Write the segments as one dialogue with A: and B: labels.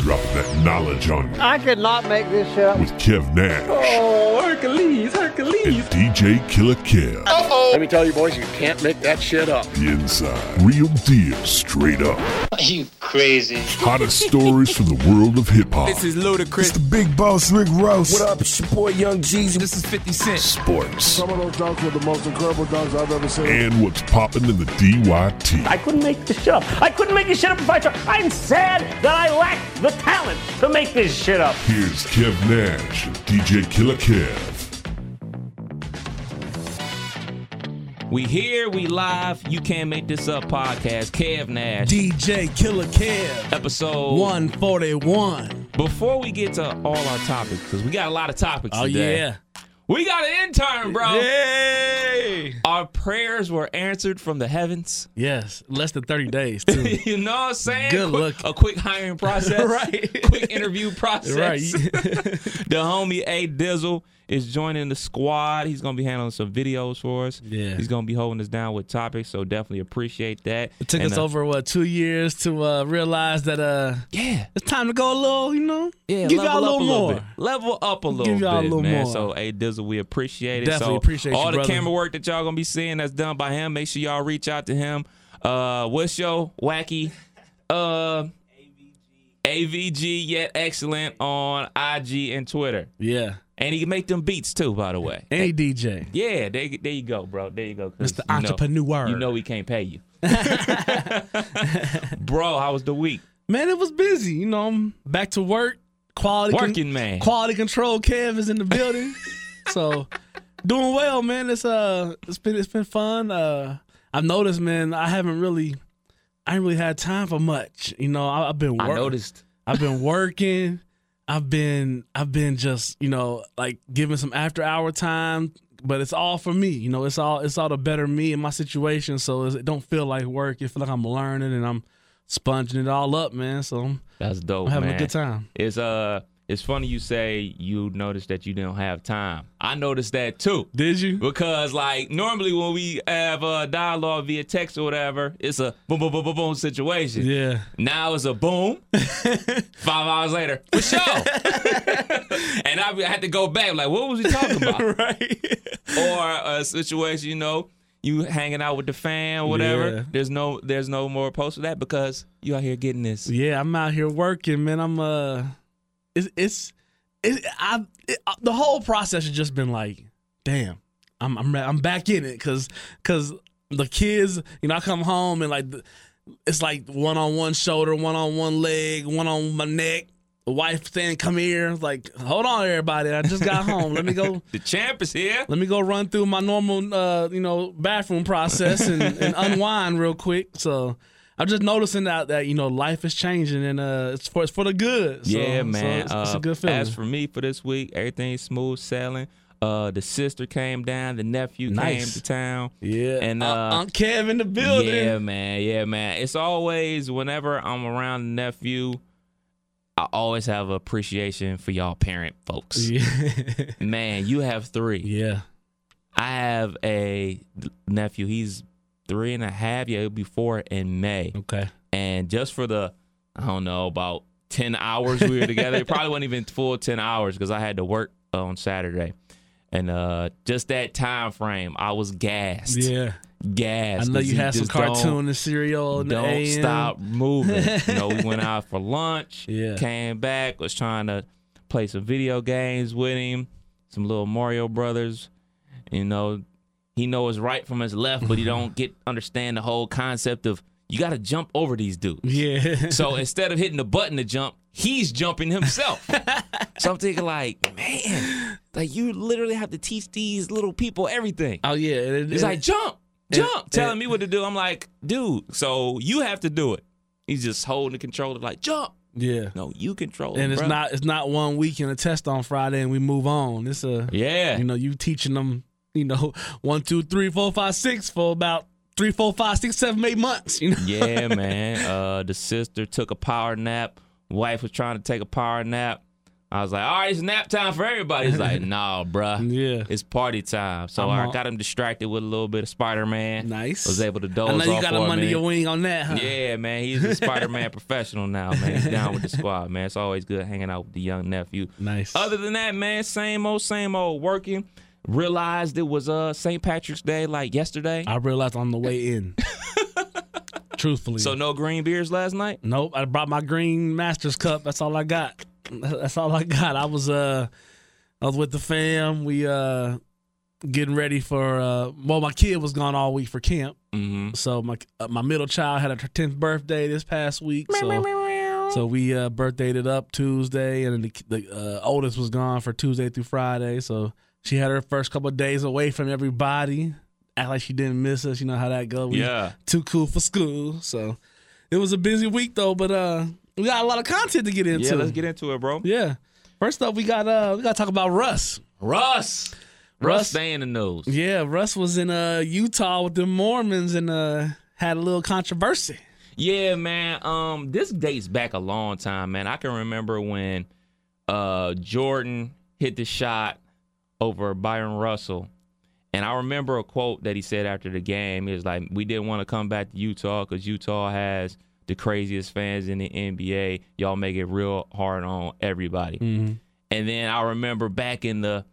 A: Drop that knowledge on you
B: I could not make this shit up.
A: with Kev Nash
C: Oh, Hercules,
A: and
C: Hercules.
A: DJ Killer Kev.
C: Let me tell you, boys, you can't make that shit up.
A: The inside, real deal, straight up.
D: Are you crazy?
A: Hottest stories from the world of hip hop.
E: This is ludicrous.
F: The big boss, Rick Ross. What up?
E: This is 50 Cent.
A: Sports
F: Some of those dogs were the most incredible dogs I've ever seen.
A: and what's popping in the DYT.
G: I couldn't make this shit up. I couldn't make this shit up if I tried. I'm sad that I lack the talent to make this shit up.
A: Here's Kev Nash and DJ Killer Kev.
E: We here, we live. You can't make this up podcast. Kev Nash.
H: DJ Killer Kev,
E: episode
H: 141.
E: Before we get to all our topics, because we got a lot of topics
H: Oh,
E: today.
H: yeah.
E: We got an intern, bro.
H: Yay!
E: Our prayers were answered from the heavens.
H: Yes, less than 30 days, too.
E: you know what I'm saying?
H: Good
E: Quick-
H: luck.
E: A quick hiring process.
H: Right.
E: Quick interview process.
H: Right.
E: the homie A Dizzle is joining the squad. He's gonna be handling some videos for us.
H: Yeah.
E: He's gonna be holding us down with topics, so definitely appreciate that.
H: It took
E: And,
H: us
E: uh,
H: over, what, two years to uh, realize that uh,
E: Yeah.
H: it's time to go a little, you know?
E: Yeah,
H: give
E: level
H: y'all a little
E: up
H: more.
E: bit. Level up a little
H: y'all a
E: bit,
H: little
E: man.
H: more.
E: So, hey, Dizzle, we appreciate it.
H: Definitely
E: so,
H: appreciate you,
E: all the
H: brother.
E: camera work that y'all gonna be seeing that's done by him. Make sure y'all reach out to him. Uh, what's your wacky, uh, AVG yet excellent on IG and Twitter,
H: Yeah.
E: and he can make them beats too. By the way,
H: Any DJ.
E: yeah, there, there you go, bro. There you go. 'cause
H: Mr.
E: you know-
H: Entrepreneur.
E: you know we can't pay you, bro. How was the week?
H: Man, it was busy. You know, I'm back to work. Quality
E: Working man.
H: Quality control Kev is in the building. so doing well, man. It's uh it's been it's been fun. Uh I've noticed, man, I haven't really I ain't really had time for much. You know, I, I've been working.
E: I noticed.
H: I've been working. I've been I've been just, you know, like giving some after hour time, but it's all for me. You know, it's all it's all the better me and my situation. So it's, it don't feel like work. It feel like I'm learning and I'm sponging it all up, man. So I'm,
E: That's dope.
H: I'm having
E: man.
H: a good time.
E: It's uh, it's funny you say you noticed that you don't have time. I noticed that too.
H: Did you?
E: Because like normally when we have a dialogue via text or whatever, it's a boom boom boom boom boom situation.
H: Yeah.
E: Now it's a boom. Five hours later, for sure. and I had to go back like, what was we talking about?
H: right.
E: or a situation, you know, you hanging out with the fam, whatever.
H: Yeah.
E: There's no there's no more post for that because you out here getting this.
H: yeah, I'm out here working, man. I'm uh, it's it's, it, I it, uh, the whole process has just been like, damn, I'm I'm I'm back in it, cause cause the kids, you know, I come home and like, the- it's like one on one shoulder, one on one leg, one on my neck. The wife saying, "Come here," like, hold on, everybody. I just got home. Let me go.
E: The champ is here.
H: Let me go run through my normal, uh, you know, bathroom process and, and unwind real quick. So I'm just noticing that that you know life is changing and uh, it's for it's for the good. So,
E: yeah,
H: so
E: man.
H: it's, it's
E: Uh,
H: a good feeling.
E: As for me for this week, everything's smooth sailing. Uh, the sister came down, the nephew came
H: Nice.
E: to town.
H: yeah,
E: and,
H: Uh,
E: uh,
H: Aunt Kev in the building.
E: Yeah, man. Yeah, man. It's always whenever I'm around the nephew, I always have appreciation for y'all parent folks.
H: yeah.
E: Man, you have three.
H: yeah,
E: I have a nephew. He's three and a half. Yeah, he'll be four in May.
H: okay,
E: And just for the, I don't know, about 10 hours we were together, it probably wasn't even full 10 hours because I had to work uh, on Saturday. And uh, just that time frame, I was gassed.
H: yeah. I
E: Gassed.
H: know
E: 'cause
H: you had some
E: just don't-
H: cartoon and cereal. in the
E: Don't
H: AM.
E: stop moving. you know, we went out for lunch,
H: Yeah.
E: came back, was trying to play some video games with him, some little Mario Brothers. You know, he knows right from his left, but he don't get understand the whole concept of you got to jump over these dudes.
H: Yeah,
E: So instead of hitting the button to jump, he's jumping himself. so I'm thinking like, man, like you literally have to teach these little people everything.
H: oh yeah. It, it-
E: He's like, jump, jump,
H: and-
E: telling
H: and-
E: me what to do. I'm like, dude, so you have to do it. He's just holding the controller, like, jump.
H: yeah.
E: No, you control it.
H: And it's
E: bruh.
H: not it's not one week and a test on Friday and we move on. It's a
E: Yeah.
H: You know, you teaching them, you know, one, two, three, four, five, six for about three, four, five, six, seven, eight months. You know,
E: yeah, man. Uh, the sister took a power nap. Wife was trying to take a power nap. I was like, all right, it's nap time for everybody. He's like, nah, bruh.
H: Yeah.
E: It's party time. So
H: I'm
E: I
H: all-
E: got him distracted with a little bit of Spider Man.
H: Nice.
E: Was able to doze
H: I know you
E: off
H: got
E: for
H: him
E: a
H: under
E: minute.
H: your wing on that, huh?
E: Yeah, man, he's a Spider Man professional now, man. He's down with the squad, man. It's always good hanging out with the young nephew.
H: Nice.
E: Other than that, man, same old, same old. Working. Realized it was uh St. Patrick's Day like yesterday,
H: I realized on the way in. Truthfully.
E: so no green beers last night.
H: Nope, I brought my green Masters cup. That's all I got. That's all I got. I was uh I was with the fam. We uh getting ready for uh well my kid was gone all week for camp.
E: Mm-hmm.
H: So my uh, my middle child had her 10th birthday this past week. So so we uh birthdayed it up Tuesday and then the, the uh, oldest was gone for Tuesday through Friday. So she had her first couple of days away from everybody. Act like she didn't miss us. You know how that goes. We-
E: Yeah.
H: too cool for school. So it was a busy week though, but uh we got a lot of content to get into.
E: Yeah, let's get into it, bro.
H: Yeah. First up we got uh we gotta talk about Russ.
E: Russ. Russ stay in the news.
H: Yeah, Russ was in uh Utah with the Mormons and uh had a little controversy.
E: Yeah, man. Um, this dates back a long time, man. I can remember when uh Jordan hit the shot over Byron Russell. And I remember a quote that he said after the game. He was like, We didn't want to come back to Utah because Utah has the craziest fans in the NBA. Y'all make it real hard on everybody. And then I remember back in the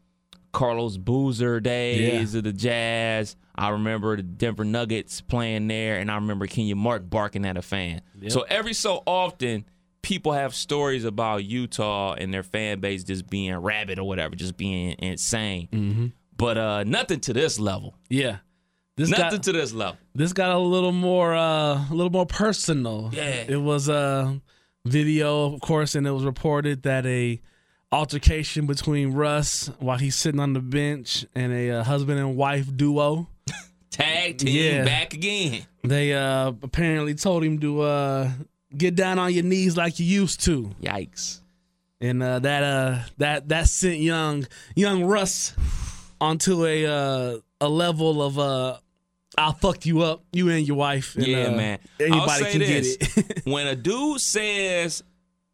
E: Carlos Boozer days of the Jazz. I remember the Denver Nuggets playing there, and I remember Kenya Mark barking at a fan. So every so often, people have stories about Utah and their fan base just being rabid or whatever, just being insane.
H: Mm-hmm.
E: But uh, nothing to this level.
H: Yeah. This
E: nothing
H: got,
E: to this level.
H: this got a little more uh a little more personal.
E: Yeah.
H: It was a video, of course, and it was reported that a altercation between Russ while he's sitting on the bench and a uh, husband and wife duo.
E: Tag team
H: Yeah.
E: back again.
H: They uh apparently told him to uh get down on your knees like you used to.
E: Yikes.
H: And uh that uh that that sent young young Russ onto a uh a level of uh I'll fuck you up, you and your wife. And,
E: yeah,
H: uh,
E: man.
H: Anybody
E: I'll say
H: can
E: this.
H: get it.
E: when a dude says,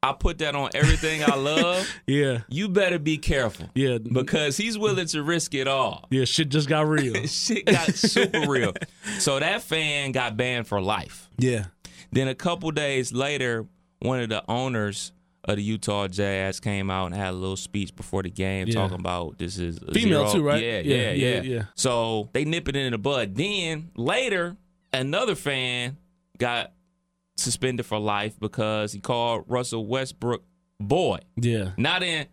E: I put that on everything I love,
H: yeah.
E: you better be careful.
H: Yeah.
E: because he's willing to risk it all.
H: yeah, shit just got real.
E: Shit got super real. So that fan got banned for life.
H: yeah.
E: Then a couple days later, one of the owners of the Utah Jazz came out and had a little speech before the game
H: Yeah.
E: talking about this is a
H: Female
E: zero-
H: too, right?
E: Yeah
H: Yeah,
E: yeah, yeah,
H: yeah, yeah.
E: So they nip it in the bud. Then later, another fan got suspended for life because he called Russell Westbrook boy.
H: Yeah.
E: Not in,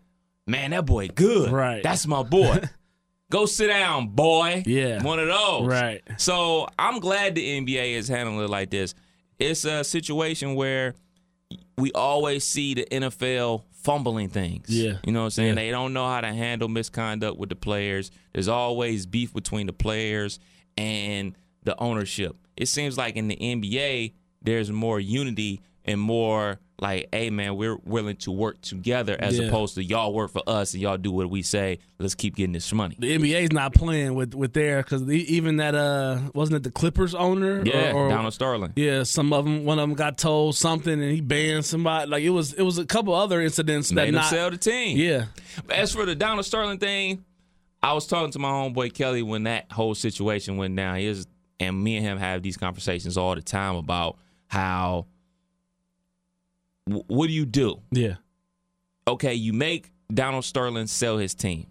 E: man, that boy good.
H: Right.
E: That's my boy. Go sit down, boy.
H: Yeah.
E: One of those.
H: Right.
E: So I'm glad the NBA is handling it like this. It's a situation where we always see the NFL fumbling things.
H: Yeah.
E: You know what I'm saying?
H: Yeah.
E: They don't know how to handle misconduct with the players. There's always beef between the players and the ownership. It seems like in the NBA, there's more unity and more like, hey man, we're willing to work together as
H: Yeah.
E: opposed to y'all work for us and y'all do what we say. Let's keep getting this money.
H: The NBA's not playing with with their cuz even that uh wasn't it the Clippers owner
E: Yeah,
H: or, or
E: Donald Sterling.
H: Yeah, some of them. One of them got told something, and he banned somebody. Like it was, it was a couple other incidents
E: Made
H: that
E: him
H: not.
E: sell the team.
H: Yeah,
E: As for the Donald Sterling thing, I was talking to my homeboy Kelly when that whole situation went down. He is, and me and him have these conversations all the time about how. wh- What do you do?
H: yeah,
E: Okay, you make Donald Sterling sell his team.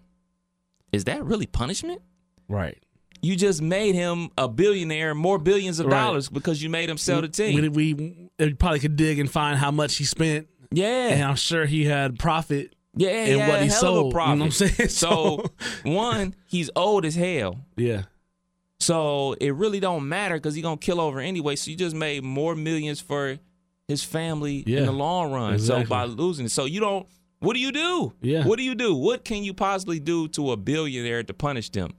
E: Is that really punishment?
H: right.
E: You just made him a billionaire, more billions of
H: Right.
E: dollars because you made him sell the team.
H: We, we, we probably could dig and find how much he spent,
E: yeah,
H: and I'm sure he had profit.
E: yeah,
H: and
E: yeah,
H: what he
E: hell
H: sold,
E: Of a
H: you
E: profit.
H: know what I'm saying?
E: So, one, he's old as hell.
H: Yeah,
E: So it really don't matter because he's gonna kill over anyway. So you just made more millions for his family
H: Yeah,
E: in the long run. So
H: exactly.
E: by losing, it. so you don't. What do you do?
H: Yeah.
E: What do you do? What can you possibly do to a billionaire to punish them?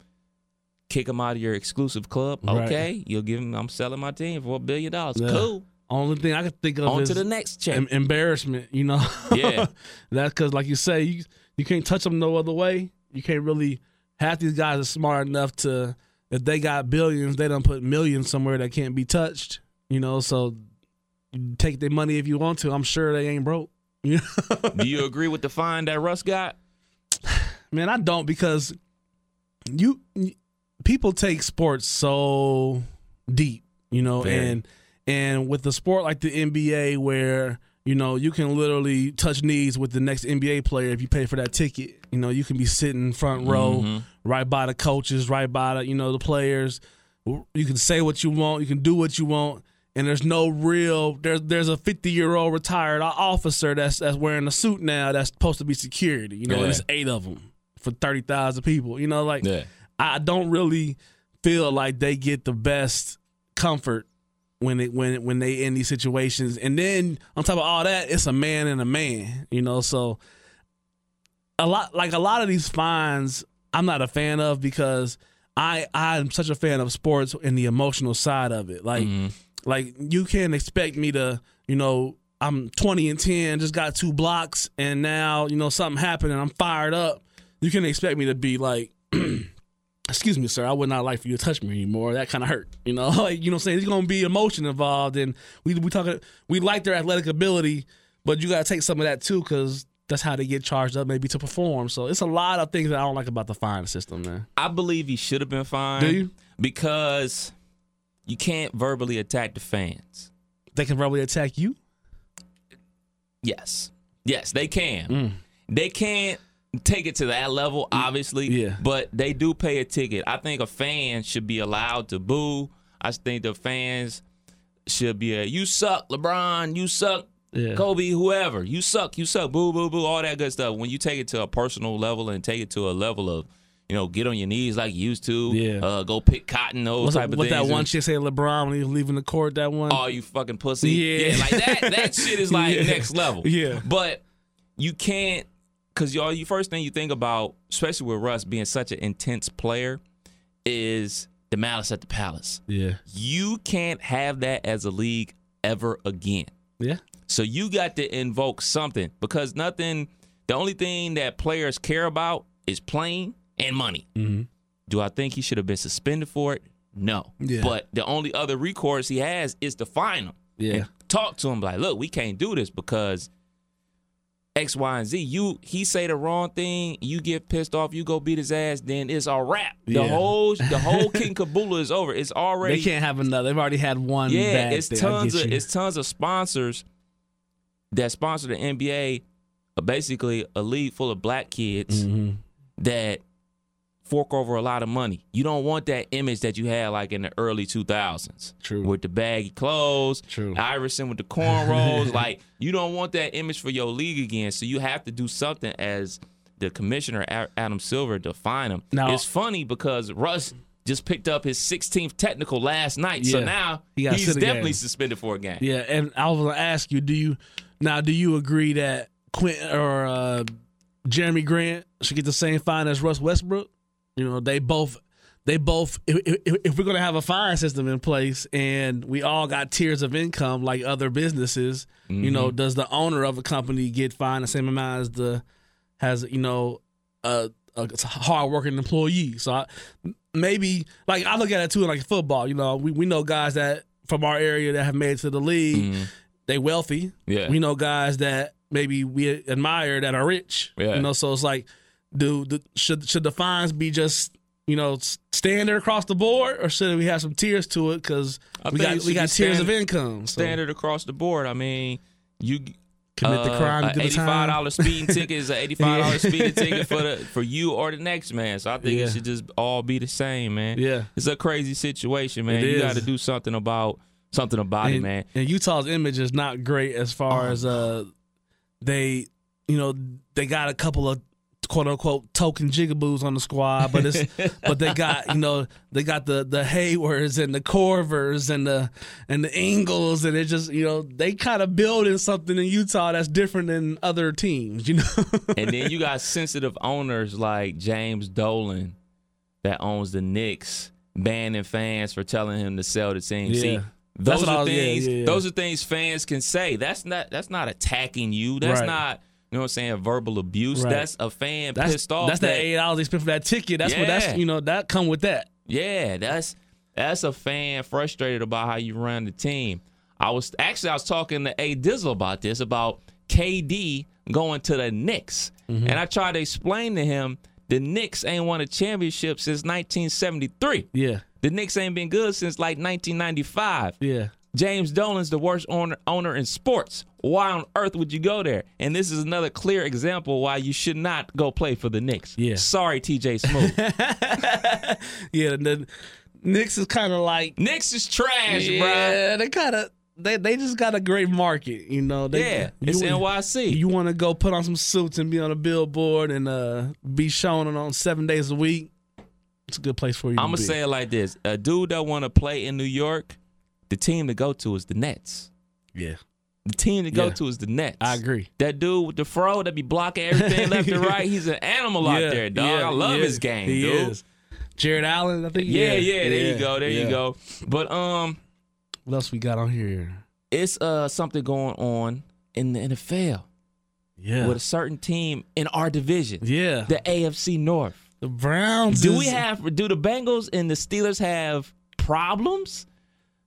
E: Kick him out of your exclusive club.
H: Right.
E: Okay, you'll give him. I'm selling my team for a billion dollars.
H: Yeah.
E: Cool.
H: only thing I could think of
E: On
H: is
E: to the next check.
H: em- embarrassment. You know.
E: Yeah.
H: That's because, like you say, you you can't touch them no other way. You can't really. Half these guys are smart enough to. If they got billions, they don't put millions somewhere that can't be touched. You know, so you take their money if you want to. I'm sure they ain't broke.
E: Do you agree with the fine that Russ got?
H: Man, I don't because you people take sports so deep, you know,
E: Very.
H: and and with a sport like the NBA where you know you can literally touch knees with the next NBA player if you pay for that ticket. You know, you can be sitting front row,
E: Mm-hmm.
H: right by the coaches, right by the you know the players. You can say what you want, you can do what you want, and there's no real. There's there's a 50 year old retired officer that's that's wearing a suit now that's supposed to be security. You know, and
E: Yeah.
H: it's eight of them for thirty thousand people. You know, like
E: Yeah.
H: I don't really feel like they get the best comfort when it when when they in these situations. And then on top of all that, it's a man and a man. You know, so a lot like a lot of these fines I'm not a fan of because I I'm such a fan of sports and the emotional side of it. Like like you can't expect me to, you know, I'm 20 and 10, just got two blocks and now, you know, something happened and I'm fired up. You can't expect me to be like excuse me, sir, I would not like for you to touch me anymore. That kind of hurt, you know. Like you know, what I'm saying there's gonna be emotion involved, and we we talking we like their athletic ability, but you gotta take some of that too, because that's how they get charged up, maybe to perform. So it's a lot of things that I don't like about the fine system, man.
E: I believe he should have been fined.
H: Do you?
E: Because you can't verbally attack the fans.
H: They can probably attack you.
E: Yes. Yes, they can.
H: Mm.
E: They can't take it to that level, obviously.
H: yeah.
E: But they do pay a ticket. I think a fan should be allowed to boo. I think the fans should be a you suck, LeBron, you suck,
H: Yeah.
E: Kobe, whoever. You suck, you suck, boo, boo, boo, all that good stuff. When you take it to a personal level and take it to a level of, you know, get on your knees like you used to,
H: Yeah.
E: uh, go pick cotton, those
H: What's
E: type
H: that,
E: of
H: what
E: things.
H: that one
E: and-
H: chick say, LeBron when he was leaving the court? That one.
E: oh, you fucking pussy.
H: Yeah.
E: like that that shit is like
H: Yeah.
E: next level.
H: Yeah.
E: But you can't cause y'all you first thing you think about, especially with Russ being such an intense player, is the malice at the palace.
H: yeah,
E: You can't have that as a league ever again.
H: yeah,
E: So you got to invoke something because nothing, the only thing that players care about is playing and money.
H: Mm-hmm.
E: Do I think he should have been suspended for it? No.
H: Yeah.
E: But the only other recourse he has is to fine him.
H: Yeah.
E: And talk to him like, look, we can't do this because X, Y, and Z. You he say the wrong thing, you get pissed off, you go beat his ass, then it's a wrap. The
H: Yeah.
E: whole the whole King Kabula is over. It's already
H: they can't have another. They've already had one.
E: yeah,
H: bad
E: it's
H: thing. I
E: tons
H: get
E: of
H: you.
E: it's tons of sponsors that sponsor the NBA, uh, basically a league full of black kids
H: Mm-hmm.
E: that fork over a lot of money. You don't want that image that you had like in the early 2000s.
H: True.
E: With the baggy clothes,
H: True.
E: Iverson with the cornrows, like you don't want that image for your league again. So you have to do something as the commissioner A- Adam Silver to fine him.
H: Now-
E: it's funny because Russ just picked up his 16th technical last night. So
H: Yeah.
E: now
H: He got
E: he's
H: sit again.
E: definitely suspended for a game.
H: Yeah, and I was gonna ask you, do you now do you agree that Quint or uh, Jeremy Grant should get the same fine as Russ Westbrook? You know, they both they both if, if, if we're gonna have a fine system in place and we all got tiers of income like other businesses, you know, does the owner of a company get fined the same amount as the has you know a, a hardworking employee. So I, maybe like I look at it too like football. You know, we, we know guys that from our area that have made it to the league. They wealthy.
E: Mm-hmm. Yeah.
H: we know guys that maybe we admire that are rich.
E: Yeah.
H: you know, so it's like, do, do should should the fines be just you know s- standard across the board, or should we have some tiers to it? Because
E: I
H: we
E: think it
H: got
E: should
H: we
E: be
H: got tiers of
E: standard-
H: income. So
E: Standard across the board. I mean, you
H: commit the
E: uh,
H: crime,
E: a
H: do the
E: eighty-five
H: time.
E: dollar speeding ticket is an eighty-five dollar
H: Yeah.
E: speeding ticket for the for you or the next man. So I think
H: Yeah.
E: it should just all be the same, man.
H: Yeah.
E: it's a crazy situation, man.
H: It
E: you
H: is.
E: got to do something about something about it,
H: and,
E: man.
H: and Utah's image is not great as
E: Oh.
H: far as uh they you know they got a couple of quote unquote token jigaboos on the squad, but it's but they got you know they got the the Haywards and the Corvers and the and the Ingles and it just you know they kind of building something in Utah that's different than other teams, you know.
E: and then you got sensitive owners like James Dolan that owns the Knicks banning fans for telling him to sell the team.
H: Yeah.
E: See,
H: That's
E: those
H: what I
E: are
H: was- yeah,
E: things
H: yeah, yeah.
E: those are things fans can say. That's not that's not attacking you. That's
H: Right.
E: not you know what I'm saying, verbal abuse.
H: Right.
E: That's a fan
H: That's
E: pissed off.
H: that's that, eight dollars they spent for that ticket. That's what
E: Yeah.
H: that's you know that come with that.
E: Yeah, that's that's a fan frustrated about how you run the team. I was actually I was talking to A Dizzle about this about KD going to the Knicks.
H: Mm-hmm.
E: And I tried to explain to him the Knicks ain't won a championship since 1973.
H: Yeah.
E: The Knicks ain't been good since like 1995.
H: Yeah.
E: James Dolan's the worst owner, owner in sports. Why on earth would you go there? And this is another clear example why you should not go play for the Knicks.
H: Yeah.
E: Sorry, TJ Smooth.
H: Yeah. The, the Knicks is kind of like
E: Knicks is trash, bruh.
H: Yeah, they kind of they they just got a great market, you know. They,
E: Yeah, it's
H: you,
E: NYC.
H: You want to go put on some suits and be on a billboard and uh, be shown on seven days a week. It's a good place for you.
E: I'm gonna
H: to be.
E: say it like this: a dude that want to play in New York, the team to go to is the Nets.
H: yeah,
E: The team to go
H: Yeah.
E: to is the Nets.
H: I agree.
E: That dude with the fro that be blocking everything left and right, he's an animal
H: Yeah,
E: out there, dog.
H: yeah,
E: I love
H: he
E: his
H: is.
E: game,
H: He
E: dude.
H: is. Jared Allen, I think.
E: Yeah, yeah, There
H: yeah,
E: you go. There
H: yeah.
E: you go. But um,
H: What else we got on here?
E: it's uh something going on in the NFL
H: Yeah,
E: with a certain team in our division,
H: yeah.
E: the AFC North.
H: the Browns.
E: Do
H: is-
E: we have? Do the Bengals and the Steelers have problems?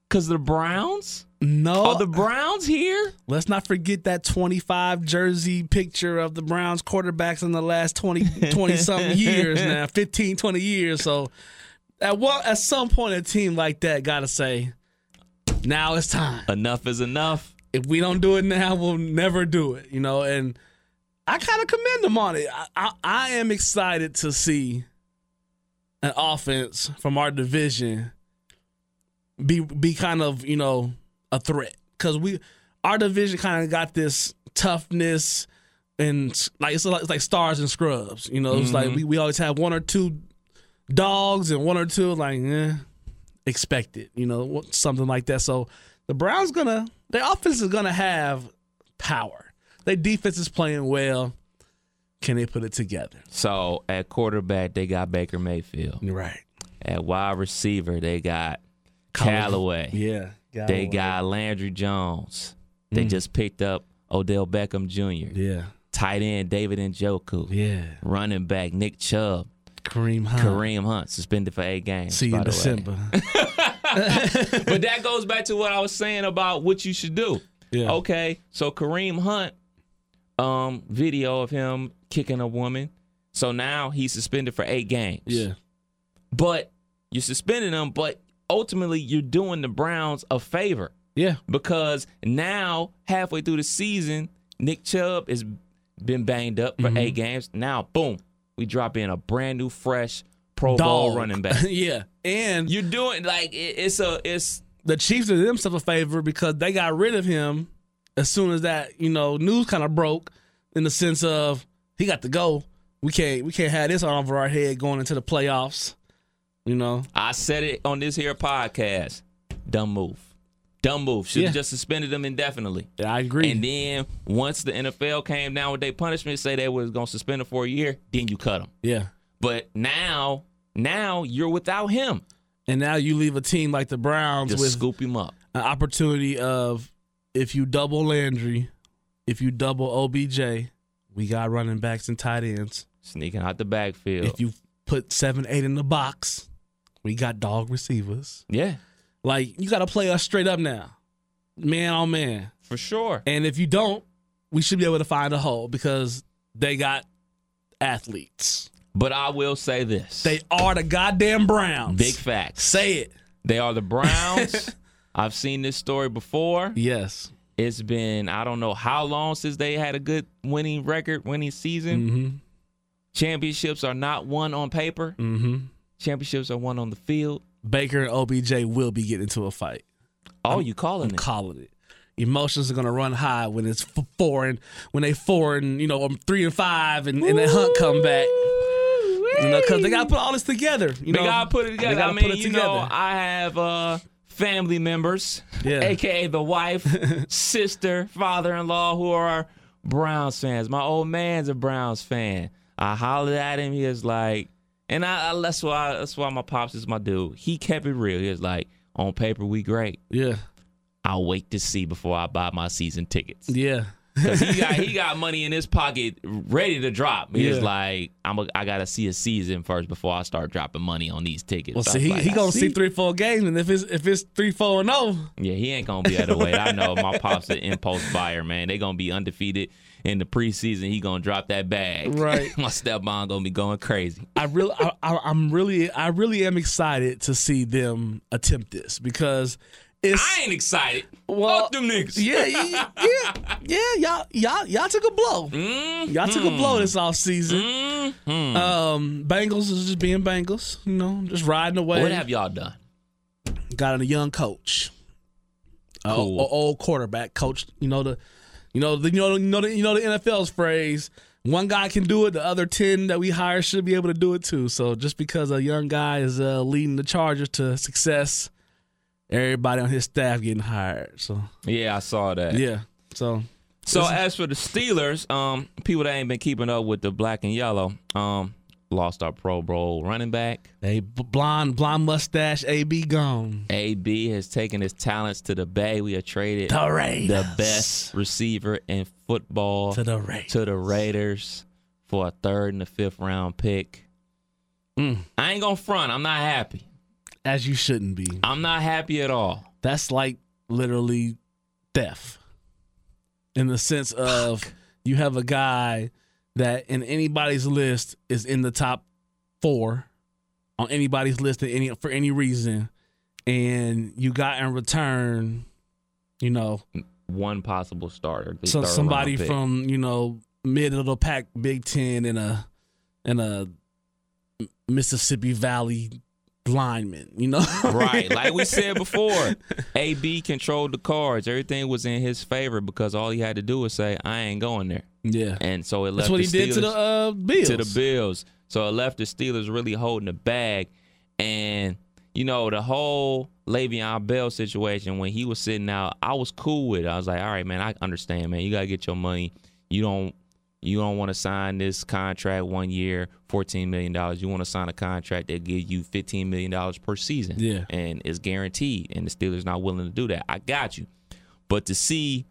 E: Cause the Browns.
H: no?
E: Are the Browns here?
H: Let's not forget that 25 jersey picture of the Browns quarterbacks in the last 20 20 something years now, 15 20 years. So at what at some point a team like that got to say now it's time.
E: Enough is enough.
H: If we don't do it now, we'll never do it, you know, and I kind of commend them on it. I, I I am excited to see an offense from our division be be kind of you know a threat because we our division kind of got this toughness and s- like it's like, it's like stars and scrubs you know it's like we, we always have one or two dogs and one or two like eh, expected you know what- something like that so the browns gonna their offense is gonna have power their defense is playing well can they put it together
E: So at quarterback they got Baker Mayfield.
H: you're right
E: At wide receiver they got Callaway. Mm.
H: yeah
E: They got Landry Jones. They just picked up Odell Beckham Jr.
H: yeah
E: Tight end David Njoku.
H: yeah
E: Running back Nick Chubb.
H: Kareem Hunt.
E: Kareem Hunt suspended for eight games.
H: See you
E: by
H: in
E: the way.
H: December.
E: but that goes back to what I was saying about what you should do.
H: Yeah.
E: Okay, so Kareem Hunt, um, video of him kicking a woman. So now he's suspended for eight games.
H: Yeah.
E: But you're suspending him, but ultimately you're doing the Browns a favor
H: Yeah.
E: because now halfway through the season, Nick Chubb has been banged up
H: Mm-hmm.
E: for eight games. Now, boom, we drop in a brand new, fresh Pro Bowl
H: Dog.
E: running back.
H: yeah. And
E: You're doing like it, it's a it's
H: the Chiefs did themselves a favor because they got rid of him as soon as that, you know, news kind of broke in the sense of he got to go. We can't we can't have this on over our head going into the playoffs. You know?
E: I said it on this here podcast. Dumb move. Dumb move. Should have
H: Yeah.
E: just suspended them indefinitely.
H: I agree.
E: And then once the NFL came down with their punishment, say they was gonna suspend him for a year, then you cut him.
H: yeah.
E: But now, now you're without him.
H: And now you leave a team like the Browns
E: Just
H: with
E: scoop him up.
H: an opportunity of if you double Landry, if you double OBJ, we got running backs and tight ends.
E: Sneaking out the backfield.
H: If you put seven, eight in the box, we got dog receivers.
E: yeah,
H: Like you got to play us straight up now, man on man.
E: for sure.
H: And if you don't, we should be able to find a hole because they got athletes.
E: But I will say this.
H: They are the goddamn Browns.
E: big facts.
H: Say it.
E: they are the Browns. I've seen this story before.
H: Yes.
E: It's been I don't know how long since they had a good winning record, winning season.
H: Mm-hmm.
E: Championships are not won on paper.
H: Mm-hmm.
E: Championships are won on the field.
H: Baker and OBJ will be getting into a fight.
E: Oh, you calling
H: I'm
E: it?
H: calling it. Emotions are gonna run high when it's f- four and when they four and you know um, three and five and, and that hunt come back. You know, because they gotta put all this together. You
E: They
H: know,
E: gotta put it together.
H: They gotta
E: I mean,
H: put it
E: you
H: together.
E: know, I have uh, family members,
H: Yeah.
E: aka the wife, sister, father-in-law, who are Browns fans. My old man's a Browns fan. I hollered at him. He was like, and I, I that's why that's why my pops is my dude. He kept it real. He was like, on paper we great.
H: yeah,
E: I'll wait to see before I buy my season tickets.
H: yeah.
E: Cause he got he got money in his pocket ready to drop. He's
H: Yeah.
E: like, I'm a, I gotta see a season first before I start dropping money on these tickets.
H: Well,
E: I
H: see,
E: was
H: he,
E: like,
H: he
E: I
H: gonna see three, four games, and if it's if it's three, four, and oh, zero,
E: Yeah, he ain't gonna be able to wait. I know my pops an impulse buyer, man. They gonna be undefeated in the preseason. He gonna drop that bag.
H: Right.
E: my stepmom gonna be going crazy.
H: I really, I, I, I'm really, I really am excited to see them attempt this because it's
E: I ain't excited.
H: Well,
E: Fuck them niggas.
H: yeah, yeah, yeah, yeah, y'all, y'all, y'all took a blow. Y'all took
E: Mm-hmm.
H: a blow this offseason.
E: Mhm.
H: Um, Bengals is just being Bengals, you know, just riding away.
E: What have y'all done?
H: Got a young coach, a,
E: Cool.
H: a old quarterback coach. You know the, you know the, you know the, you know the, you know the NFL's phrase. One guy can do it. The other ten that we hire should be able to do it too. So just because a young guy is uh, leading the Chargers to success, everybody on his staff getting hired. So
E: Yeah, I saw that.
H: yeah, so
E: So as for the Steelers, um, people that ain't been keeping up with the black and yellow, um, lost our Pro Bowl running back.
H: They b- blonde blonde mustache AB gone.
E: AB has taken his talents to the bay. We have traded
H: The Raiders.
E: the best receiver in football
H: to the Raiders.
E: to the Raiders for a third and a fifth round pick.
H: Mm.
E: I ain't gonna front. I'm not happy.
H: As you shouldn't be.
E: I'm not happy at all.
H: That's like literally theft. In the sense of you have a guy that in anybody's list is in the top four on anybody's list at any for any reason, and you got in return, you know,
E: One possible starter. the
H: so
E: third round
H: somebody
E: pick.
H: from you know mid of the pack Big Ten and a and a Mississippi Valley lineman, you know,
E: Right. Like we said before, AB controlled the cards. Everything was in his favor because all he had to do was say, I ain't going there.
H: yeah,
E: And so it left
H: that's what
E: the
H: he did to the
E: Steelers-
H: uh, Bills.
E: to the Bills. So it left the Steelers really holding the bag. And, you know, the whole Le'Veon Bell situation, when he was sitting out, I was cool with it. I was like, all right, man, I understand, man. You gotta get your money. You don't you don't want to sign this contract one year, $14 million. You want to sign a contract that give you $15 million per season.
H: Yeah.
E: And it's guaranteed. And the Steelers not willing to do that. I got you. But to see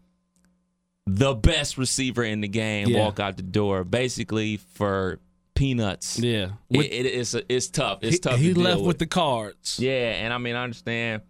E: the best receiver in the game
H: Yeah.
E: walk out the door basically for peanuts.
H: Yeah,
E: It-
H: With-
E: it- it's a- it's tough. It's
H: he,
E: tough.
H: he
E: to deal
H: left with
E: with
H: the cards.
E: yeah, and I mean I understand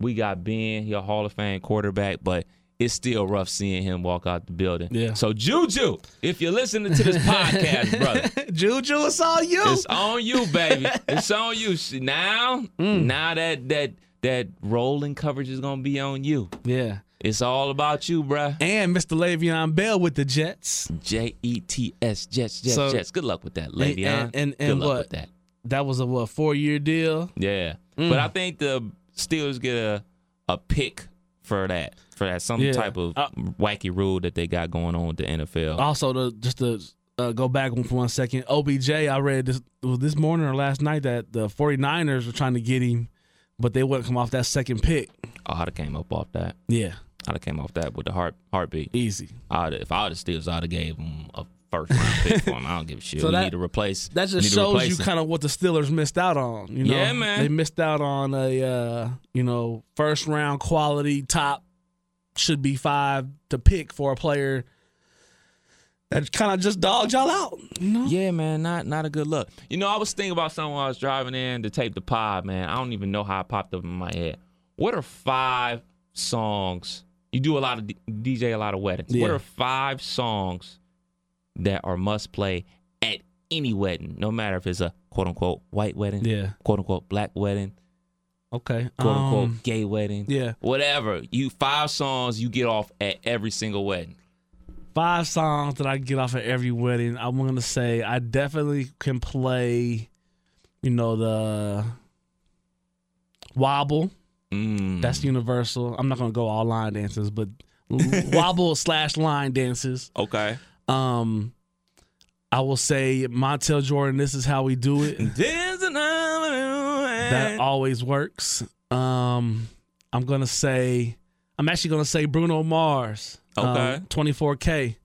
E: we got Ben, he a Hall of Fame quarterback, but it's still rough seeing him walk out the building.
H: Yeah.
E: So Juju, if you're listening to this podcast, brother,
H: Juju, it's all you.
E: it's on you, baby. It's on you. See, Now,
H: Mm.
E: now that that that rolling coverage is gonna be on you.
H: yeah,
E: It's all about you, bruh.
H: and Mr. Le'Veon Bell with the Jets.
E: J E T S Jets Jets
H: So-
E: Jets. Good luck with that, Le'Veon.
H: and- and-
E: Good
H: and
E: luck
H: what?
E: with that.
H: That was a what four year deal?
E: Yeah,
H: Mm.
E: but I think the Steelers get a a pick for that for that some
H: Yeah.
E: type of
H: Uh,
E: wacky rule that they got going on with the NFL.
H: Also, the just to uh, go back one for one second, OBJ, I read this was this morning or last night that the 49ers were trying to get him, but they wouldn't come off that second pick.
E: oh, I'd have came up off that.
H: Yeah,
E: I'd have came off that with the heart heartbeat.
H: easy.
E: I'd, if I would have Steelers, I'd have gave them a first round pick for him. I don't give a shit.
H: So
E: we
H: that-
E: need to replace.
H: That
E: we need
H: just
E: to
H: shows
E: replace
H: you
E: him.
H: kind of what the Steelers missed out on. You know,
E: Yeah, man.
H: they missed out on a uh, you know first round quality top should be five to pick for a player that kind of just dogged y'all out. You know,
E: Yeah, man, not not a good look. You know, I was thinking about something while I was driving in to tape the pod, man. I don't even know how it popped up in my head. What are five songs? You do a lot of D- DJ, a lot of weddings. What
H: Yeah.
E: are five songs that are must play at any wedding, no matter if it's a quote unquote white wedding,
H: Yeah.
E: quote unquote black wedding,
H: okay,
E: quote unquote
H: um,
E: gay wedding,
H: yeah.
E: whatever. You five songs you get off at every single wedding.
H: five songs that I get off at every wedding. I'm gonna say I definitely can play, you know, the wobble.
E: Mm.
H: That's universal. I'm not gonna go all line dances, but wobble slash line dances.
E: okay.
H: Um, I will say Montel Jordan. This is how we do it. That always works. Um, I'm gonna say I'm actually gonna say Bruno Mars.
E: Okay.
H: Twenty four K.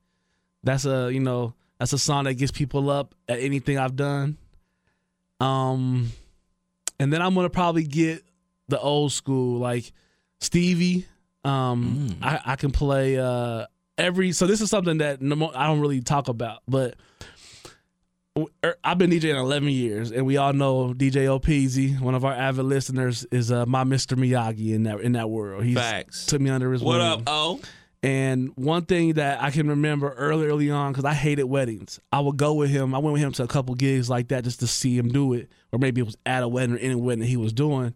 H: That's a you know that's a song that gets people up at anything I've done. Um, and then I'm gonna probably get the
E: Mm.
H: old school like Stevie. Um, I, I can play uh every so this is something that no mo- I don't really talk about, but w- er, I've been DJing 11 years, and we all know DJ Opeezy, one of our avid listeners, is uh, my Mr. Miyagi in that in that world. He
E: Facts.
H: took me under his
E: What
H: wing.
E: up, O?
H: And one thing that I can remember early, early on, because I hated weddings, I would go with him. I went with him to a couple gigs like that just to see him do it, or maybe it was at a wedding or any wedding he was doing.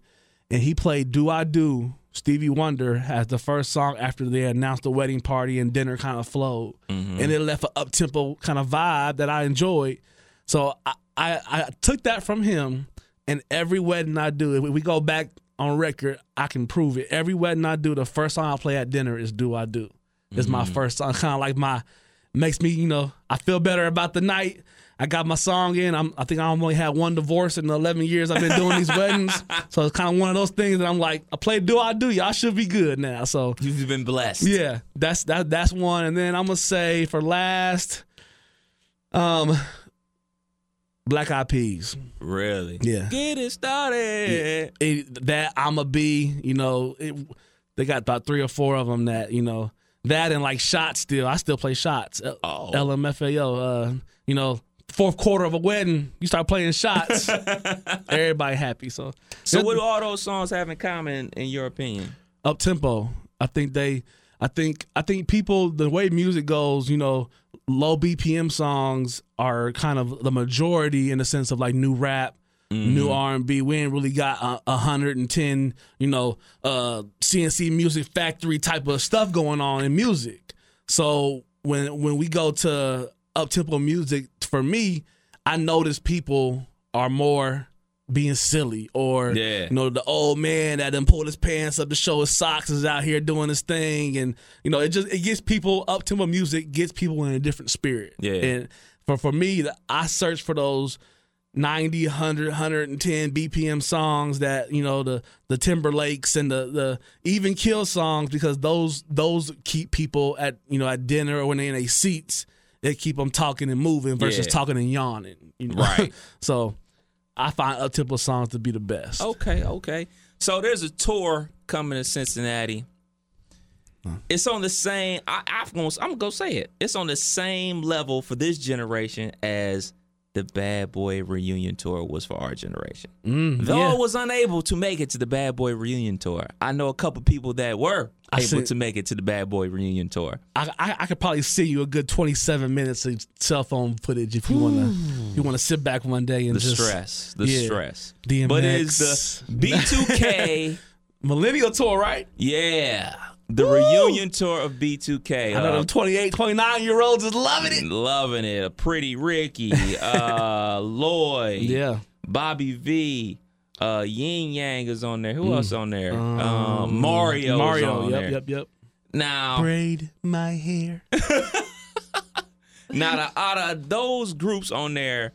H: And he played "Do I Do" Stevie Wonder as the first song after they announced the wedding party and dinner kind of flowed, and it left an up tempo kind of vibe that I enjoyed. So I, I I took that from him, and every wedding I do, if we go back on record, I can prove it. Every wedding I do, the first song I play at dinner is "Do I Do." It's my first song, kind of like my makes me you know I feel better about the night. I got my song in. I'm, I think I only had one divorce in the 11 years I've been doing these weddings. So it's kind of one of those things that I'm like, I play "Do I Do." Y'all should be good now. So
E: You've been blessed.
H: yeah, that's that that's one. And then I'm gonna say for last, um, Black Eyed Peas.
E: Really?
H: Yeah.
E: Get it started.
H: It- that I'm a B. You know, it, they got about three or four of them that you know that and like shots. Still, I still play shots. L-
E: Oh.
H: LMFAO. Uh, you know, fourth quarter of a wedding, you start playing shots. Everybody happy. So
E: So what do all those songs have in common, in your opinion?
H: up tempo. I think they I think I think people the way music goes, you know, low BPM songs are kind of the majority in the sense of like new rap, new R and B. We ain't really got a, a hundred and ten, you know, uh CNC music factory type of stuff going on in music. So when when we go to up tempo music, for me, I notice people are more being silly or
E: Yeah.
H: you know the old man that done pulled his pants up to show his socks is out here doing his thing and you know it just it gets people up tempo music gets people in a different spirit
E: Yeah.
H: and for for me the, I search for those 90 100 110 bpm songs that you know the the timberlakes and the the even kill songs because those those keep people at you know at dinner or when they're in their seats they keep them talking and moving versus
E: Yeah.
H: talking and yawning you know?
E: Right.
H: so i find up tempo songs to be the best
E: Okay, okay. So there's a tour coming to Cincinnati. It's on the same. I, I'm gonna. I'm gonna go say it. It's on the same level for this generation as the Bad Boy reunion tour was for our generation. Though
H: Mm, yeah.
E: I was unable to make it to the Bad Boy reunion tour, I know a couple people that were
H: I
E: able
H: see.
E: to make it to the Bad Boy reunion tour.
H: I, I I could probably send you a good twenty seven minutes of cell phone footage if you wanna you wanna sit back one day and
E: The
H: just
E: stress, the
H: yeah.
E: stress. But
H: DMX.
E: it's the B2K.
H: millennial tour right
E: yeah, the reunion tour of B2K.
H: I know
E: uh,
H: them 28, 29 year olds is loving it
E: Loving it. A pretty Ricky, uh, Lloyd,
H: yeah
E: Bobby V, uh, Yin Yang is on there. Who else on there? Um, Mario. Mario.
H: Mm. Mario
E: on
H: yep
E: there.
H: yep yep
E: Now,
H: braid my hair
E: now the- out of those groups on there,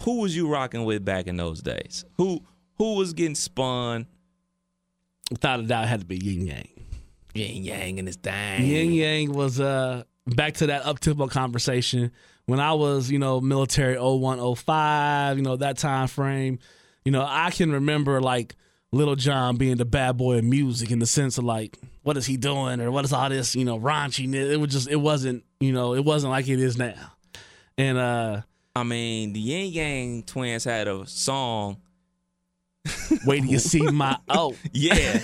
E: who was you rocking with back in those days? Who who was getting spun?
H: without a doubt it had to be Yin Yang
E: Yin Yang and his thing.
H: Yin Yang was uh back to that up tempo conversation when I was, you know, military 0105, you know, that time frame. You know, I can remember like Little John being the bad boy of music in the sense of like, what is he doing or what is all this, you know, raunchiness? It was just it wasn't, you know, it wasn't like it is now. And uh
E: I mean, the Yin Yang twins had a song
H: wait till you see my oh.
E: Yeah.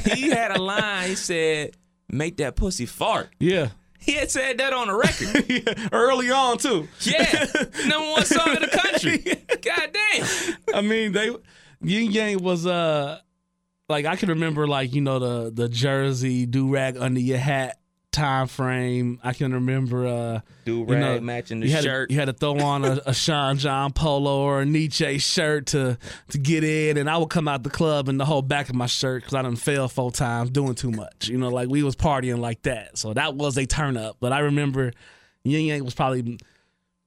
E: he had a line. He said, make that pussy fart.
H: Yeah.
E: He had said that on the record.
H: Early on too.
E: Yeah. Number one song in the country. God damn.
H: I mean, they Yin Yang was uh like I can remember like you know the the jersey do rag under your hat time frame. I can remember uh
E: Do
H: you know,
E: matching
H: you had To, you had to throw on a, a Sean John polo or a Nietzsche shirt to to get in, and I would come out the club in the whole back of my shirt because I done fell four times doing too much. You know, like we was partying like that, so that was a turn up. But I remember Yin Yang was probably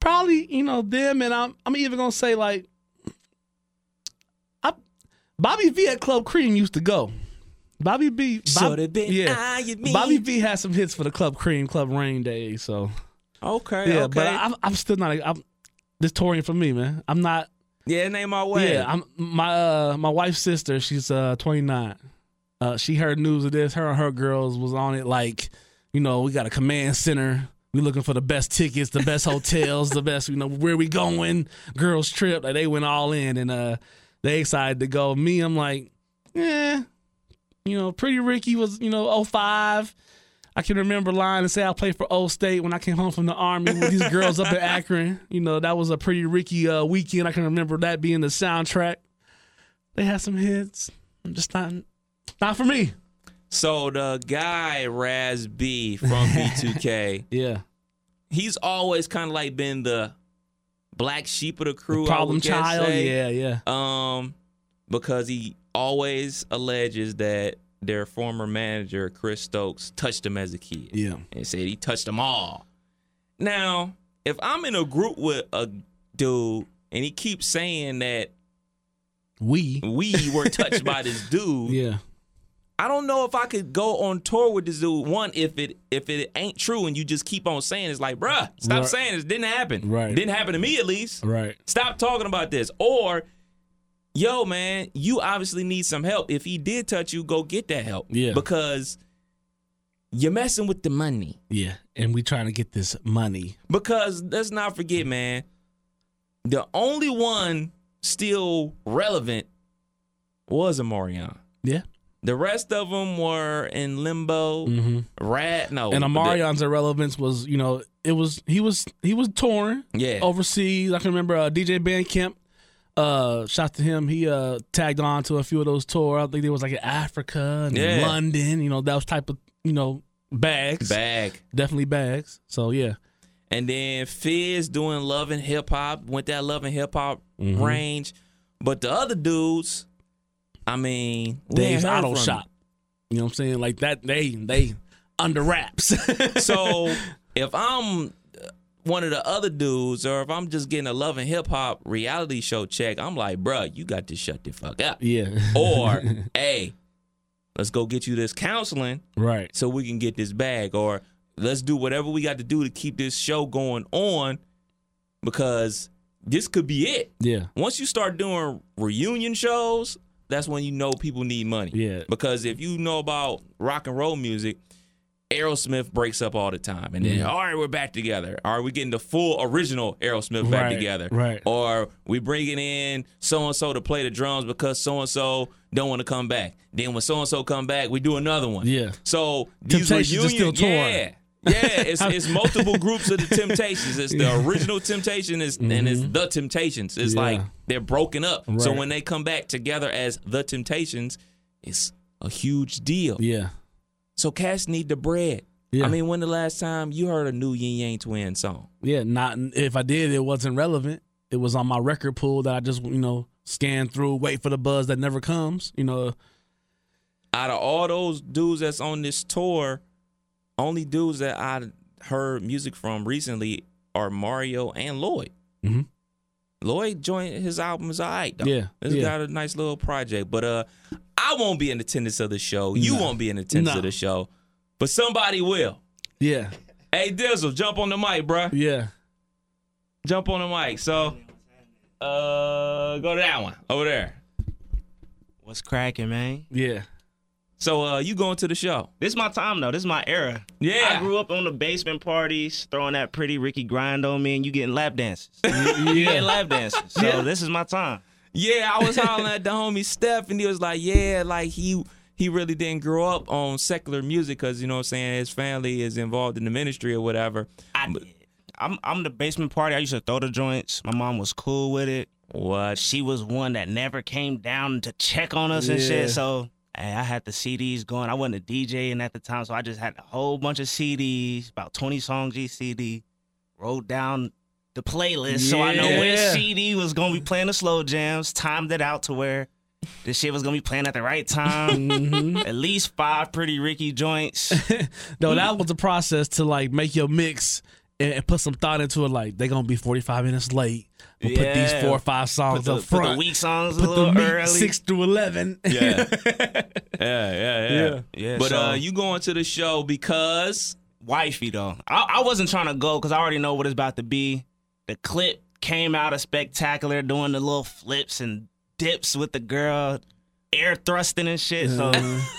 H: probably you know them, and I'm I'm even gonna say like. I Bobby V at Club Cream used to go. Bobby B. Bob- yeah. Bobby V had some hits for the Club Cream, Club Rain Day. So
E: Okay.
H: yeah,
E: okay.
H: but I'm, I'm still not. I'm this touring for me, man. I'm not.
E: yeah, name our way.
H: Yeah, I'm my uh, my wife's sister. She's uh 29. Uh, she heard news of this. Her and her girls was on it like. you know, we got a command center. We looking for the best tickets, the best hotels, the best, you know, where we going, girls trip. Like they went all in and uh they excited to go. Me, I'm like, eh, you know, pretty Ricky was, you know, 05. I can remember lying and say I played for Old State when I came home from the army with these girls up in Akron. You know, that was a pretty Ricky uh, weekend. I can remember that being the soundtrack. They had some hits. I'm just not not for me.
E: So the guy Raz B from B2K,
H: Yeah.
E: he's always kind of like been the black sheep of the crew, I
H: Problem
E: would guess,
H: child.
E: say.
H: Yeah, yeah.
E: Um, because he always alleges that their former manager Chris Stokes touched him as a kid.
H: Yeah.
E: and said he touched them all. Now, if I'm in a group with a dude and he keeps saying that
H: We.
E: we were touched by this dude,
H: Yeah.
E: I don't know if I could go on tour with this dude. One, if it if it ain't true and you just keep on saying it's like, bruh, stop
H: Right.
E: saying this didn't happen.
H: Right.
E: Didn't happen to me at least.
H: Right.
E: Stop talking about this. Or, yo, man, you obviously need some help. If he did touch you, go get that help.
H: Yeah.
E: Because you're messing with the money.
H: Yeah. And we trying to get this money.
E: Because let's not forget, man, the only one still relevant was Amarion.
H: Yeah.
E: The rest of them were in limbo. Rat, no.
H: Mm-hmm. And
E: the-
H: Amarion's irrelevance was, you know, it was he was he was torn.
E: Yeah.
H: Overseas. I can remember uh, DJ Bandcamp. Uh, shout to him. He uh tagged on to a few of those tours. I think there was like in Africa and in
E: Yeah.
H: London. You know, that was type of you know bags.
E: Bag.
H: Definitely bags. So yeah.
E: And then Fizz doing Love and Hip Hop, went that Love and Hip Hop
H: Mm-hmm.
E: range. But the other dudes, I mean, we ain't
H: Dave's
E: heard
H: Auto
E: from
H: Shop. You know what I'm saying? Like that. They they under wraps.
E: them. So if I'm uh, one of the other dudes, or if I'm just getting a Love and Hip Hop reality show check, I'm like, bruh, you got to shut the fuck up.
H: yeah.
E: Or, hey, let's go get you this counseling.
H: right.
E: so we can get this bag or let's do whatever we got to do to keep this show going on because this could be it
H: Yeah.
E: once you start doing reunion shows that's when you know people need money
H: Yeah.
E: because if you know about rock and roll music Aerosmith breaks up all the time, and then all right, we're back together. Are we getting the full original Aerosmith back
H: Right,
E: together?
H: right.
E: Or we bringing in so and so to play the drums because so and so don't want to come back. Then when so and so come back, we do another one.
H: Yeah.
E: So these
H: Temptations
E: reunion,
H: is still torn.
E: yeah, yeah. It's, it's multiple groups of the Temptations. It's the original Temptation, is, and it's the Temptations. It's
H: Mm-hmm. Yeah.
E: like they're broken up. So
H: Right.
E: when they come back together as the Temptations, it's a huge deal.
H: Yeah.
E: So cats need the bread.
H: Yeah.
E: I mean, when the last time you heard a new Yin Yang Twin song?
H: Yeah. Not if I did, it wasn't relevant. It was on my record pool that I just you know scan through, wait for the buzz that never comes. You know.
E: Out of all those dudes that's on this tour, only dudes that I heard music from recently are Mario and Lloyd.
H: Mhm.
E: Lloyd joined his album is alright. though.
H: Yeah,
E: this
H: yeah.
E: got a nice little project. But uh, I won't be in attendance of the show. You
H: No.
E: won't be in attendance
H: No.
E: of the show, but somebody will.
H: Yeah.
E: Hey Dizzle, jump on the mic, bruh.
H: Yeah.
E: jump on the mic. So, uh, go to that one over there.
B: What's cracking, man?
H: Yeah.
E: So, uh, you going to the show?
B: This is my time though. This is my era.
E: Yeah.
B: I grew up on the basement parties, throwing that pretty Ricky grind on me, and you getting lap dances. You getting lap dances. So this is my time.
E: Yeah, I was hollering at the homie Steph, and he was like, "Yeah, like he he really didn't grow up on secular music because you know what I'm saying his family is involved in the ministry or whatever."
B: I did. I'm I'm the basement party. I used to throw the joints. My mom was cool with it.
E: What?
B: She was one that never came down to check on us and shit.
H: Yeah.
B: So hey, I had the CDs going. I wasn't a DJ and at the time, so I just had a whole bunch of CDs, about 20 songs each CD. Wrote down the playlist so I know which
H: Yeah.
B: CD was gonna be playing the slow jams. Timed it out to where this shit was gonna be playing at the right time.
H: Mm-hmm.
B: at least five pretty Ricky joints.
H: No, that was the process to like make your mix and, and put some thought into it. Like they're gonna be forty five minutes late. We'll put these
B: Yeah.
H: four or five songs
B: Put the,
H: up
B: put the
H: front.
B: weak songs a
H: Put the
B: little
H: meat
B: early.
H: six through eleven.
E: Yeah. yeah, yeah, yeah,
H: Yeah.
B: Yeah,
E: But
B: so-
E: uh, you going to the show because
B: wifey though. I, I wasn't trying to go because I already know what it's about to be. The clip came out of spectacular, doing the little flips and dips with the girl, air thrusting and shit. So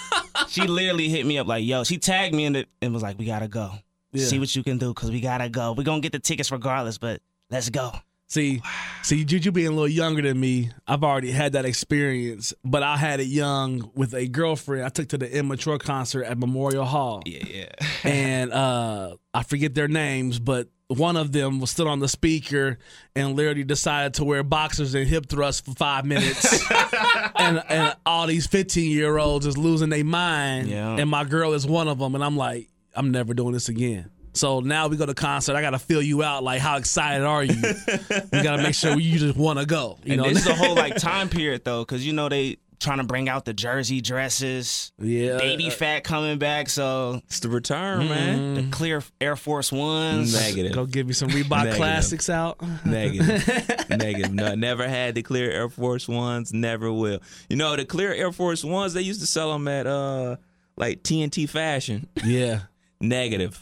B: she literally hit me up like, yo, she tagged me in it and was like, we gotta go. See what you can do, cause we gotta go. We're gonna get the tickets regardless, but let's go.
H: See, see, Juju being a little younger than me, I've already had that experience, but I had it young with a girlfriend. I took to the immature concert at Memorial Hall,
B: Yeah,
H: and uh, I forget their names, but one of them was still on the speaker and literally decided to wear boxers and hip thrusts for five minutes, and, and all these fifteen year olds is losing their mind,
B: Yeah.
H: and my girl is one of them, and I'm like, I'm never doing this again. So now we go to concert. I gotta fill you out. Like, how excited are you? we gotta make sure you just want to go. You
B: and
H: know,
B: this is a whole like time period though, cause you know they trying to bring out the jersey dresses,
H: yeah, uh,
B: baby fat coming back, so
E: It's the return, man.
H: mm.
B: the clear Air Force Ones.
E: Negative.
H: Go give me some Reebok
E: Negative.
H: classics out.
E: Negative. Negative. No, never had the clear Air Force Ones. Never will. You know, the clear Air Force Ones, they used to sell them at uh like TNT Fashion.
H: Yeah,
E: Negative.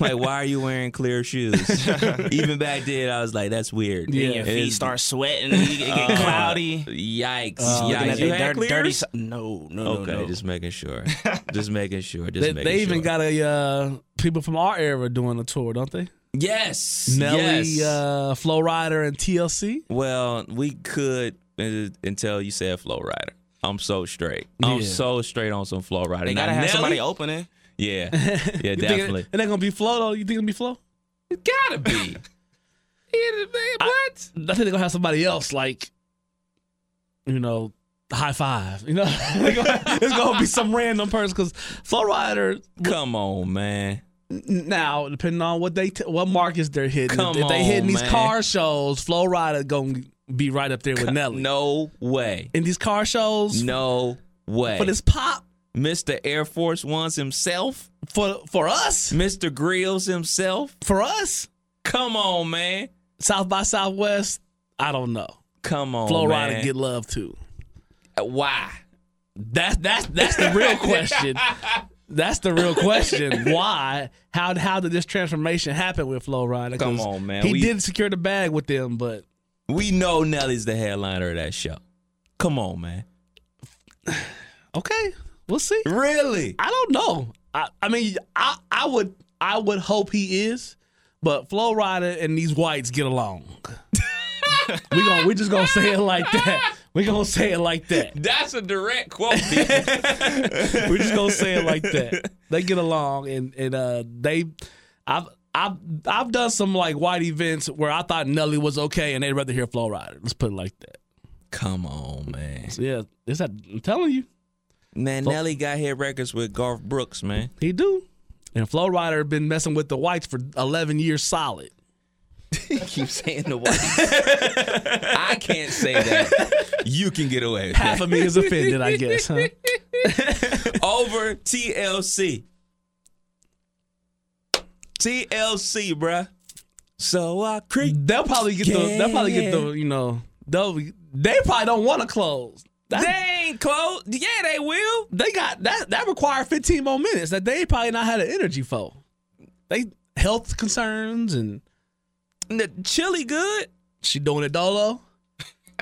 E: like, why are you wearing clear shoes? Even back then, I was like, that's weird.
B: Then your
E: It
B: feet
E: is-
B: start sweating, and you get get
E: Uh,
B: cloudy.
E: Yikes.
B: Looking
E: yikes.
B: at
E: Oh, You
B: they
E: had
B: dirt- dirty.
E: clears?
B: si- No, no, no,
E: Okay,
B: no.
E: just making sure. Just making sure. Just
H: they,
E: making
H: they even
E: sure.
H: got a uh, people from our era doing a tour, don't they?
E: yes.
H: Nelly,
E: yes.
H: uh, Flow Rider, and TLC.
E: Well, we could uh, until you said Flow Rider. I'm so straight. I'm
H: Yeah.
E: so straight on some Flow Rider.
B: They
E: Now,
B: gotta have
E: Nelly-
B: somebody opening.
E: Yeah, yeah,
H: You Think
E: definitely.
H: it, it ain't gonna be Flow though. You think it'll be Flow?
E: It gotta be. what?
H: I think they're gonna have somebody else like, you know, high five. You know, it's gonna be some random person because Flow Rider.
E: Come on, man.
H: Now, depending on what they t- what markets they're hitting,
E: Come
H: if they hitting
E: on,
H: these
E: man.
H: car shows, Flow Rider gonna be right up there with Nelly.
E: No way.
H: in these car shows
E: No way.
H: for this pop
E: Mr. Air Force Ones himself,
H: for for us
E: Mr. Grills himself.
H: for us
E: Come on, man.
H: South by Southwest. I don't know.
E: Come on,
H: Flow
E: Oh, man.
H: Rider get love too.
E: Why?
H: That's that's that's the real question. That's the real question. Why? How how did this transformation happen with Flow Rider? 'Cause
E: Come on, man.
H: He
E: We-
H: did secure the bag with them, but
E: We know Nelly's the headliner of that show. Come on, man.
H: okay, we'll see.
E: Really?
H: I don't know. I, I mean, I I would I would hope he is, but Flow Rider and these whites get along. we going we just gonna say it like that. We gonna say it like that.
E: That's a direct quote. people.
H: We're just gonna say it like that. They get along, and and uh, they, I've I've I've done some like white events where I thought Nelly was okay, and they'd rather hear Flow Rider. Let's put it like that.
E: Come on, man.
H: So yeah, is that I'm telling you,
E: Man, Nelly got hit records with Garth Brooks, man.
H: he do. And Flow Rider been messing with the whites for eleven years solid.
E: Keep saying the white. I can't say that. You can get away with
H: Half
E: that.
H: of me is offended, I guess, huh?
E: Over TLC. TLC, bruh. So I creep.
H: They'll probably get the. They'll probably get the.
E: Yeah.
H: You know, they'll. They probably don't want to close. That-
E: They ain't close. Yeah, they will.
H: they got that that required 15 more minutes that they probably not had an energy for. They health concerns and
E: The chili good.
H: she doing it dolo.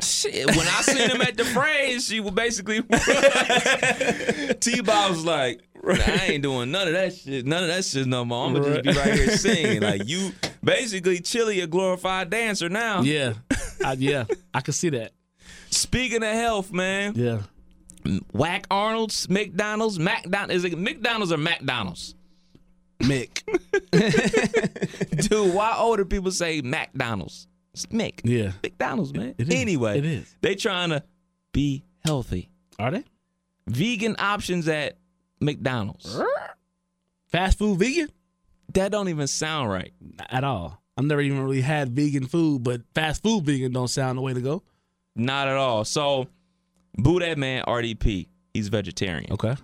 E: Shit, when I seen him at the phrase, she was basically T Bob was like, I ain't doing none of that shit, none of that shit no more. I'ma just be right here singing. Like you basically Chili a glorified dancer now.
H: Yeah, I, yeah, I can see that.
E: Speaking of health, man.
H: Yeah,
E: Whack Arnold's, McDonald's, McDonald's is it McDonald's or McDonald's?
H: Mick.
E: Dude, why older people say McDonald's? It's Mick.
H: Yeah,
E: McDonald's, man.
H: It is.
E: Anyway,
H: It is.
E: they trying to be healthy.
H: are they
E: Vegan options at McDonald's.
H: fast food vegan
E: That don't even sound right.
H: at all? I've never even really had vegan food, but fast food vegan don't sound the way to go.
E: Not at all. So, boo that man RDP. He's vegetarian.
H: Okay,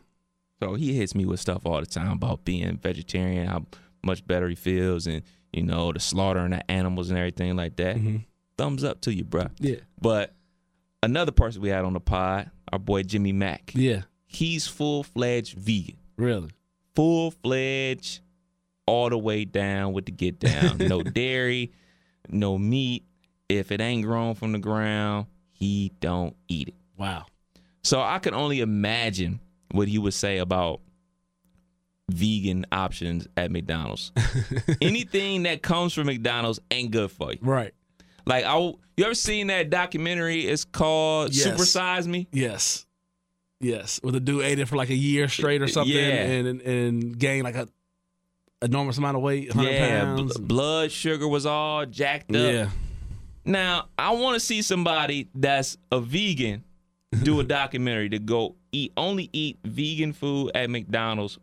E: So he hits me with stuff all the time about being vegetarian, how much better he feels, and you know the slaughtering of animals and everything like that. Thumbs up to you, bruh.
H: Mm-hmm. yeah,
E: But another person we had on the pod, our boy Jimmy Mack.
H: yeah,
E: He's full fledged vegan,
H: really.
E: full fledged, all the way down with the get down. no dairy, no meat. If it ain't grown from the ground, he don't eat it.
H: Wow.
E: So I can only imagine what he would say about vegan options at McDonald's. Anything that comes from McDonald's ain't good for you.
H: Right.
E: Like I, you ever seen that documentary? It's called
H: Yes.
E: Super Size Me.
H: Yes. Yes. Where the dude ate it for like a year straight or something
E: Yeah.
H: and, and and gained like a enormous amount of weight, 100
E: Yeah,
H: pounds.
E: bl- blood sugar was all jacked up.
H: yeah.
E: Now I want to see somebody that's a vegan do a documentary to go eat only eat vegan food at McDonald's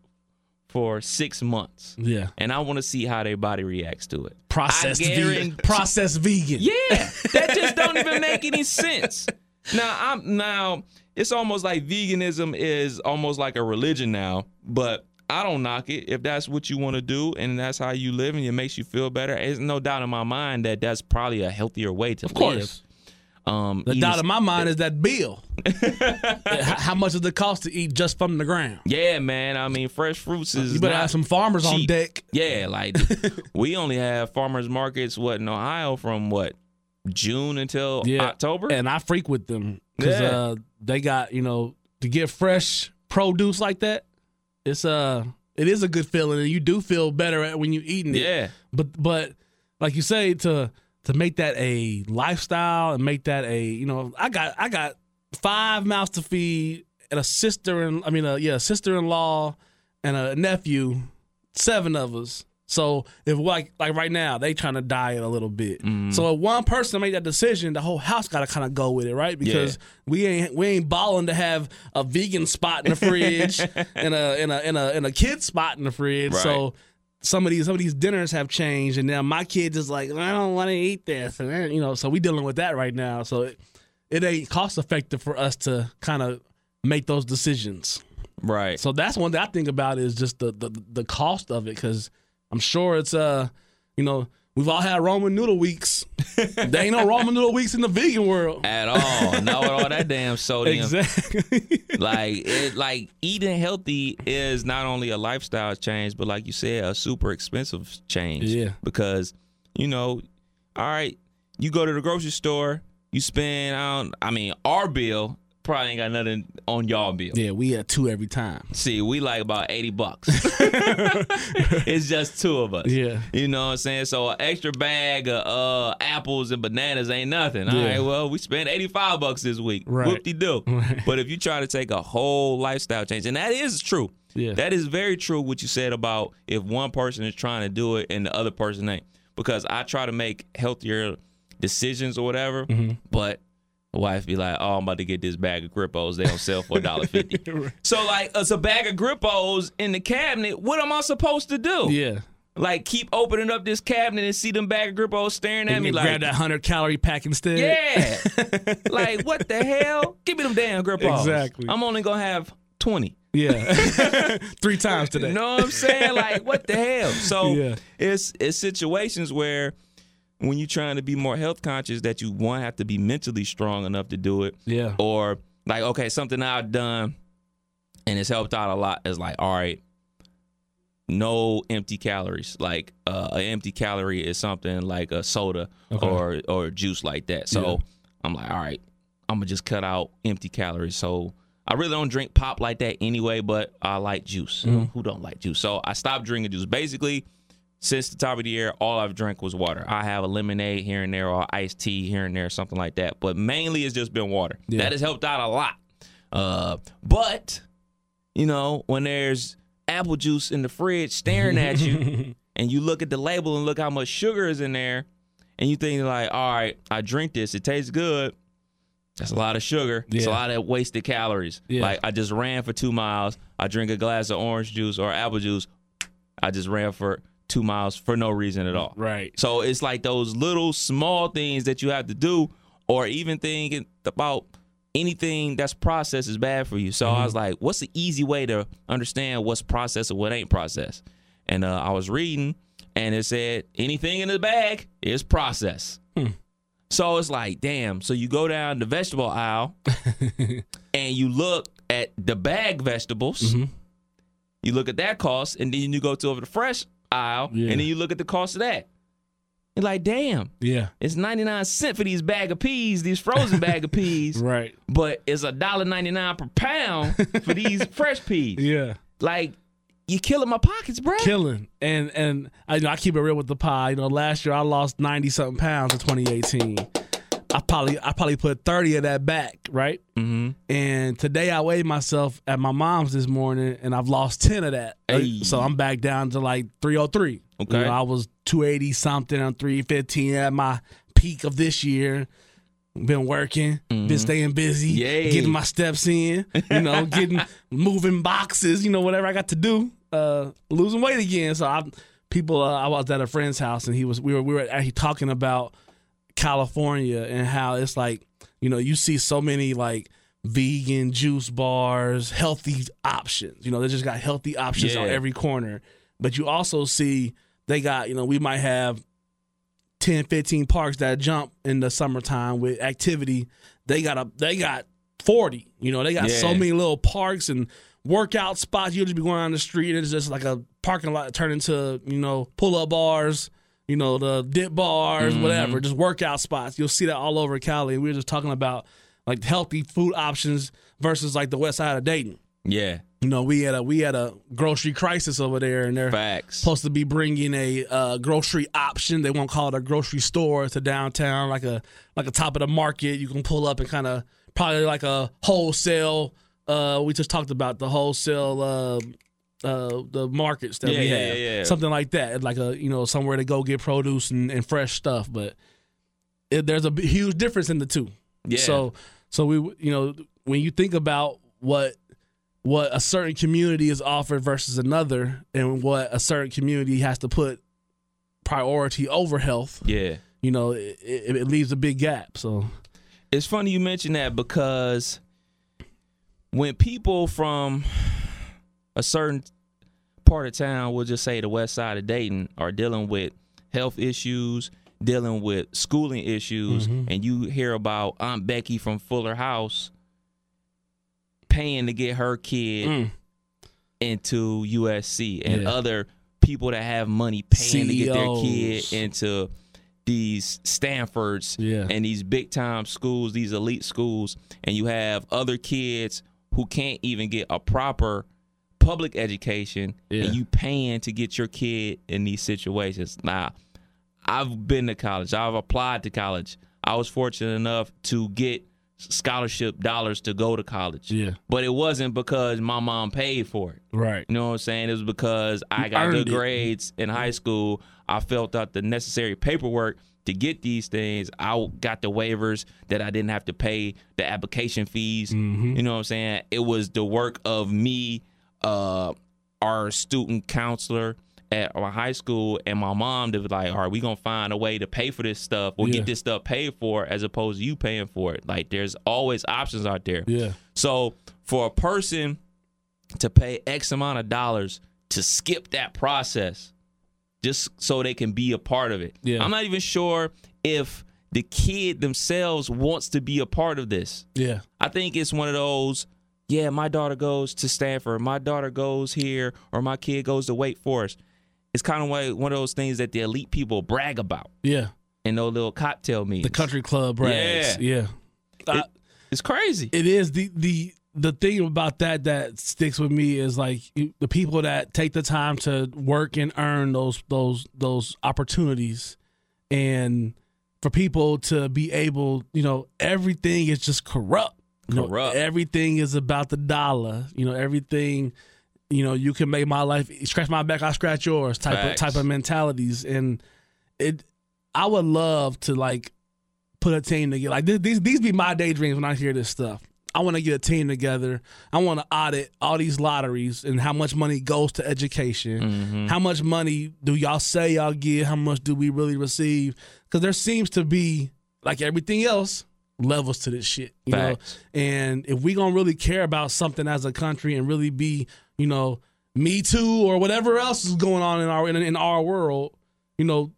E: for six months,
H: Yeah.
E: and I want to see how their body reacts to it.
H: Processed
E: I
H: vegan.
E: guarantee-
H: Processed vegan.
E: Yeah, that just don't even make any sense. Now I'm now it's almost like veganism is almost like a religion now, but I don't knock it if that's what you want to do and that's how you live and it makes you feel better. There's no doubt in my mind that that's probably a healthier way to
H: Of course.
E: live. Um,
H: The
E: eating-
H: doubt in my mind is that bill. H- How much does it cost to eat just from the ground?
E: yeah, man. I mean, fresh fruits is
H: You better
E: not
H: have some farmers on
E: cheap.
H: deck.
E: Yeah, like we only have farmers markets what in Ohio from what June until October.
H: And I freak with them because
E: Yeah.
H: uh, they got you know to get fresh produce like that. It's uh it is a good feeling, and you do feel better at when you eating it.
E: yeah.
H: But but like you say to to make that a lifestyle and make that a you know I got I got five mouths to feed and a sister and I mean a, yeah sister in law and a nephew, seven of us. So if like like right now they trying to diet a little bit. So if one person make that decision, the whole house got to kind of go with it, right? Because we ain't we ain't balling to have a vegan spot in the fridge and a and a and a and a kid spot in the fridge. So some of these some of these dinners have changed, and now my kids is like, I don't want to eat this, and then, you know, so we dealing with that right now. So it, it ain't cost effective for us to kind of make those decisions.
E: Right.
H: So that's one that I think about is just the the, the cost of it, because I'm sure it's uh, you know, we've all had ramen noodle weeks. there ain't no ramen noodle weeks in the vegan world.
E: at all. Not with all that damn sodium.
H: Exactly.
E: Like it, like eating healthy is not only a lifestyle change, but like you said, a super expensive change.
H: Yeah.
E: Because, you know, all right, you go to the grocery store, you spend I don't I mean, our bill probably ain't got nothing on y'all bill.
H: yeah, we at two every time.
E: See, we like about 80 bucks. it's just two of us.
H: Yeah.
E: You know what I'm saying? So an extra bag of uh, apples and bananas ain't nothing. All
H: Yeah.
E: right, well, we spent 85 bucks this week.
H: Right.
E: Whoop-de-doo.
H: Right.
E: But if you try to take a whole lifestyle change, and that is true.
H: Yeah.
E: That is very true what you said about if one person is trying to do it and the other person ain't. Because I try to make healthier decisions or whatever,
H: Mm-hmm.
E: but my wife be like, "Oh, I'm about to get this bag of Grippos. They don't sell for $1.50. So like, it's a bag of Grippos in the cabinet. What am I supposed to do?
H: Yeah.
E: Like, keep opening up this cabinet and see them bag of Grippos staring at
H: And
E: me
H: you
E: like,
H: grab that hundred calorie pack instead.
E: yeah, like what the hell? Give me them damn Grippos.
H: Exactly.
E: I'm only gonna have twenty.
H: Yeah. Three times today.
E: You know what I'm saying? Like, what the hell? So
H: Yeah.
E: it's it's situations where when you're trying to be more health conscious, that you one have to be mentally strong enough to do it.
H: Yeah.
E: Or like, okay, something I've done and it's helped out a lot is like, all right, no empty calories. Like uh, an empty calorie is something like a soda or or juice like that. So I'm like, all right, I'm gonna just cut out empty calories. So I really don't drink pop like that anyway, but I like juice. Who don't like juice? So I stopped drinking juice. Basically, since the top of the year, all I've drank was water. I have a lemonade here and there, or iced tea here and there, something like that. But mainly, it's just been water. That has helped out a lot. Uh, but you know, when there's apple juice in the fridge staring at you, and you look at the label and look how much sugar is in there, and you think like, all right, I drink this, it tastes good. That's a lot of sugar. It's a
H: Yeah.
E: lot of wasted calories.
H: Yeah.
E: Like I just ran for two miles. I drink a glass of orange juice or apple juice. I just ran for two miles for no reason at all.
H: Right.
E: So it's like those little small things that you have to do, or even thinking about anything that's processed is bad for you. So I was like, what's the easy way to understand what's processed and what ain't processed? And uh, I was reading, and it said anything in the bag is processed. So it's like, damn. So you go down the vegetable aisle, and you look at the bag vegetables.
H: Mm-hmm.
E: You look at that cost, and then you go to over the fresh aisle,
H: Yeah.
E: and then you look at the cost of that. You're like, damn,
H: Yeah.
E: it's 99 cent for these bag of peas, these frozen bag of peas,
H: Right.
E: but it's $1.99 per pound for these fresh peas.
H: Yeah.
E: Like, you killing my pockets, bro.
H: Killing. And and I, you know, I keep it real with the pie. You know, last year I lost 90 something pounds in 2018. I probably I probably put 30 of that back, right?
E: mm-hmm.
H: And today I weighed myself at my mom's this morning, and I've lost ten of that. Uh,
E: Hey.
H: So I'm back down to like three hundred three.
E: Okay.
H: I was two eighty something. I'm three fifteen at my peak of this year. Been working, been staying busy,
E: Mm-hmm. Yay.
H: getting my steps in. You know, getting moving boxes. You know, whatever I got to do. Uh, losing weight again. So I, people, uh, I was at a friend's house, and he was we were we were actually talking about California and how it's like, you know, you see so many like vegan juice bars, healthy options. You know, they just got healthy options on
E: Yeah.
H: every corner. But you also see they got, you know, we might have 10, 15 parks that jump in the summertime with activity. They got a they got 40. You know, they got so
E: Yeah.
H: many little parks and workout spots. You'll just be going on the street and it's just like a parking lot turned into, you know, pull up bars you know, the dip bars, whatever, just workout spots. You'll see that all over Cali. We were just talking about like healthy food options versus like the west side of Dayton.
E: Yeah,
H: You know, we had a we had a grocery crisis over there, and they're
E: facts.
H: supposed to be bringing a uh, grocery option. They won't call it a grocery store to downtown, like a like a top of the market. You can pull up and kind of probably like a wholesale. Uh, we just talked about the wholesale. Uh, uh, the markets that
E: Yeah,
H: we
E: yeah,
H: have,
E: yeah, yeah.
H: something like that, like a you know somewhere to go get produce and, and fresh stuff. But it, there's a b- huge difference in the two.
E: yeah.
H: So so we you know when you think about what what a certain community is offered versus another and what a certain community has to put priority over health,
E: yeah.
H: you know, it, it, it leaves a big gap. So
E: it's funny you mention that because when people from a certain part of town, we'll just say the west side of Dayton, are dealing with health issues, dealing with schooling issues, and you hear about Aunt Becky from Fuller House paying to get her kid
H: mm,
E: into USC and
H: Yeah.
E: other people that have money paying to get their
H: CEOs.
E: kid into these Stanfords
H: Yeah.
E: and these big time schools, these elite schools, and you have other kids who can't even get a proper public education,
H: Yeah.
E: and you paying to get your kid in these situations. Now, I've been to college. I've applied to college. I was fortunate enough to get scholarship dollars to go to college.
H: Yeah.
E: But it wasn't because my mom paid for it.
H: right.
E: You know what I'm saying? It was because I
H: You
E: got
H: earned
E: good
H: it.
E: grades in high school. I filled out the necessary paperwork to get these things. I got the waivers that I didn't have to pay the application fees.
H: Mm-hmm.
E: You know what I'm saying? It was the work of me, uh, our student counselor at my high school, and my mom to be like, all right, we going to find a way to pay for this stuff or
H: Yeah.
E: get this stuff paid for as opposed to you paying for it. Like, there's always options out there.
H: Yeah.
E: So for a person to pay X amount of dollars to skip that process just so they can be a part of it.
H: Yeah.
E: I'm not even sure if the kid themselves wants to be a part of this.
H: Yeah.
E: I think it's one of those, yeah, my daughter goes to Stanford, my daughter goes here, or my kid goes to Wake Forest. It's kind of like one of those things that the elite people brag about
H: Yeah.
E: in those little cocktail meetings.
H: The country club brags. Yeah. I-
E: It's crazy.
H: it is the the the thing about that that sticks with me is like you- the people that take the time to work and earn those those those opportunities and for people to be able you know everything is just corrupt You know,
E: Corrupt.
H: everything is about the dollar you know everything you know you can make my life scratch my back i scratch yours type
E: Facts.
H: of type of mentalities and it i would love to like put a team together. Like this, these, these be my daydreams when I hear this stuff. I want to get a team together. I want to audit all these lotteries and how much money goes to education. How much money do y'all say y'all give? How much do we really receive? Because there seems to be like everything else levels to this shit. You
E: Facts.
H: know, and if we gonna really care about something as a country and really be, you know, me too or whatever else is going on in our in, in our world, you know,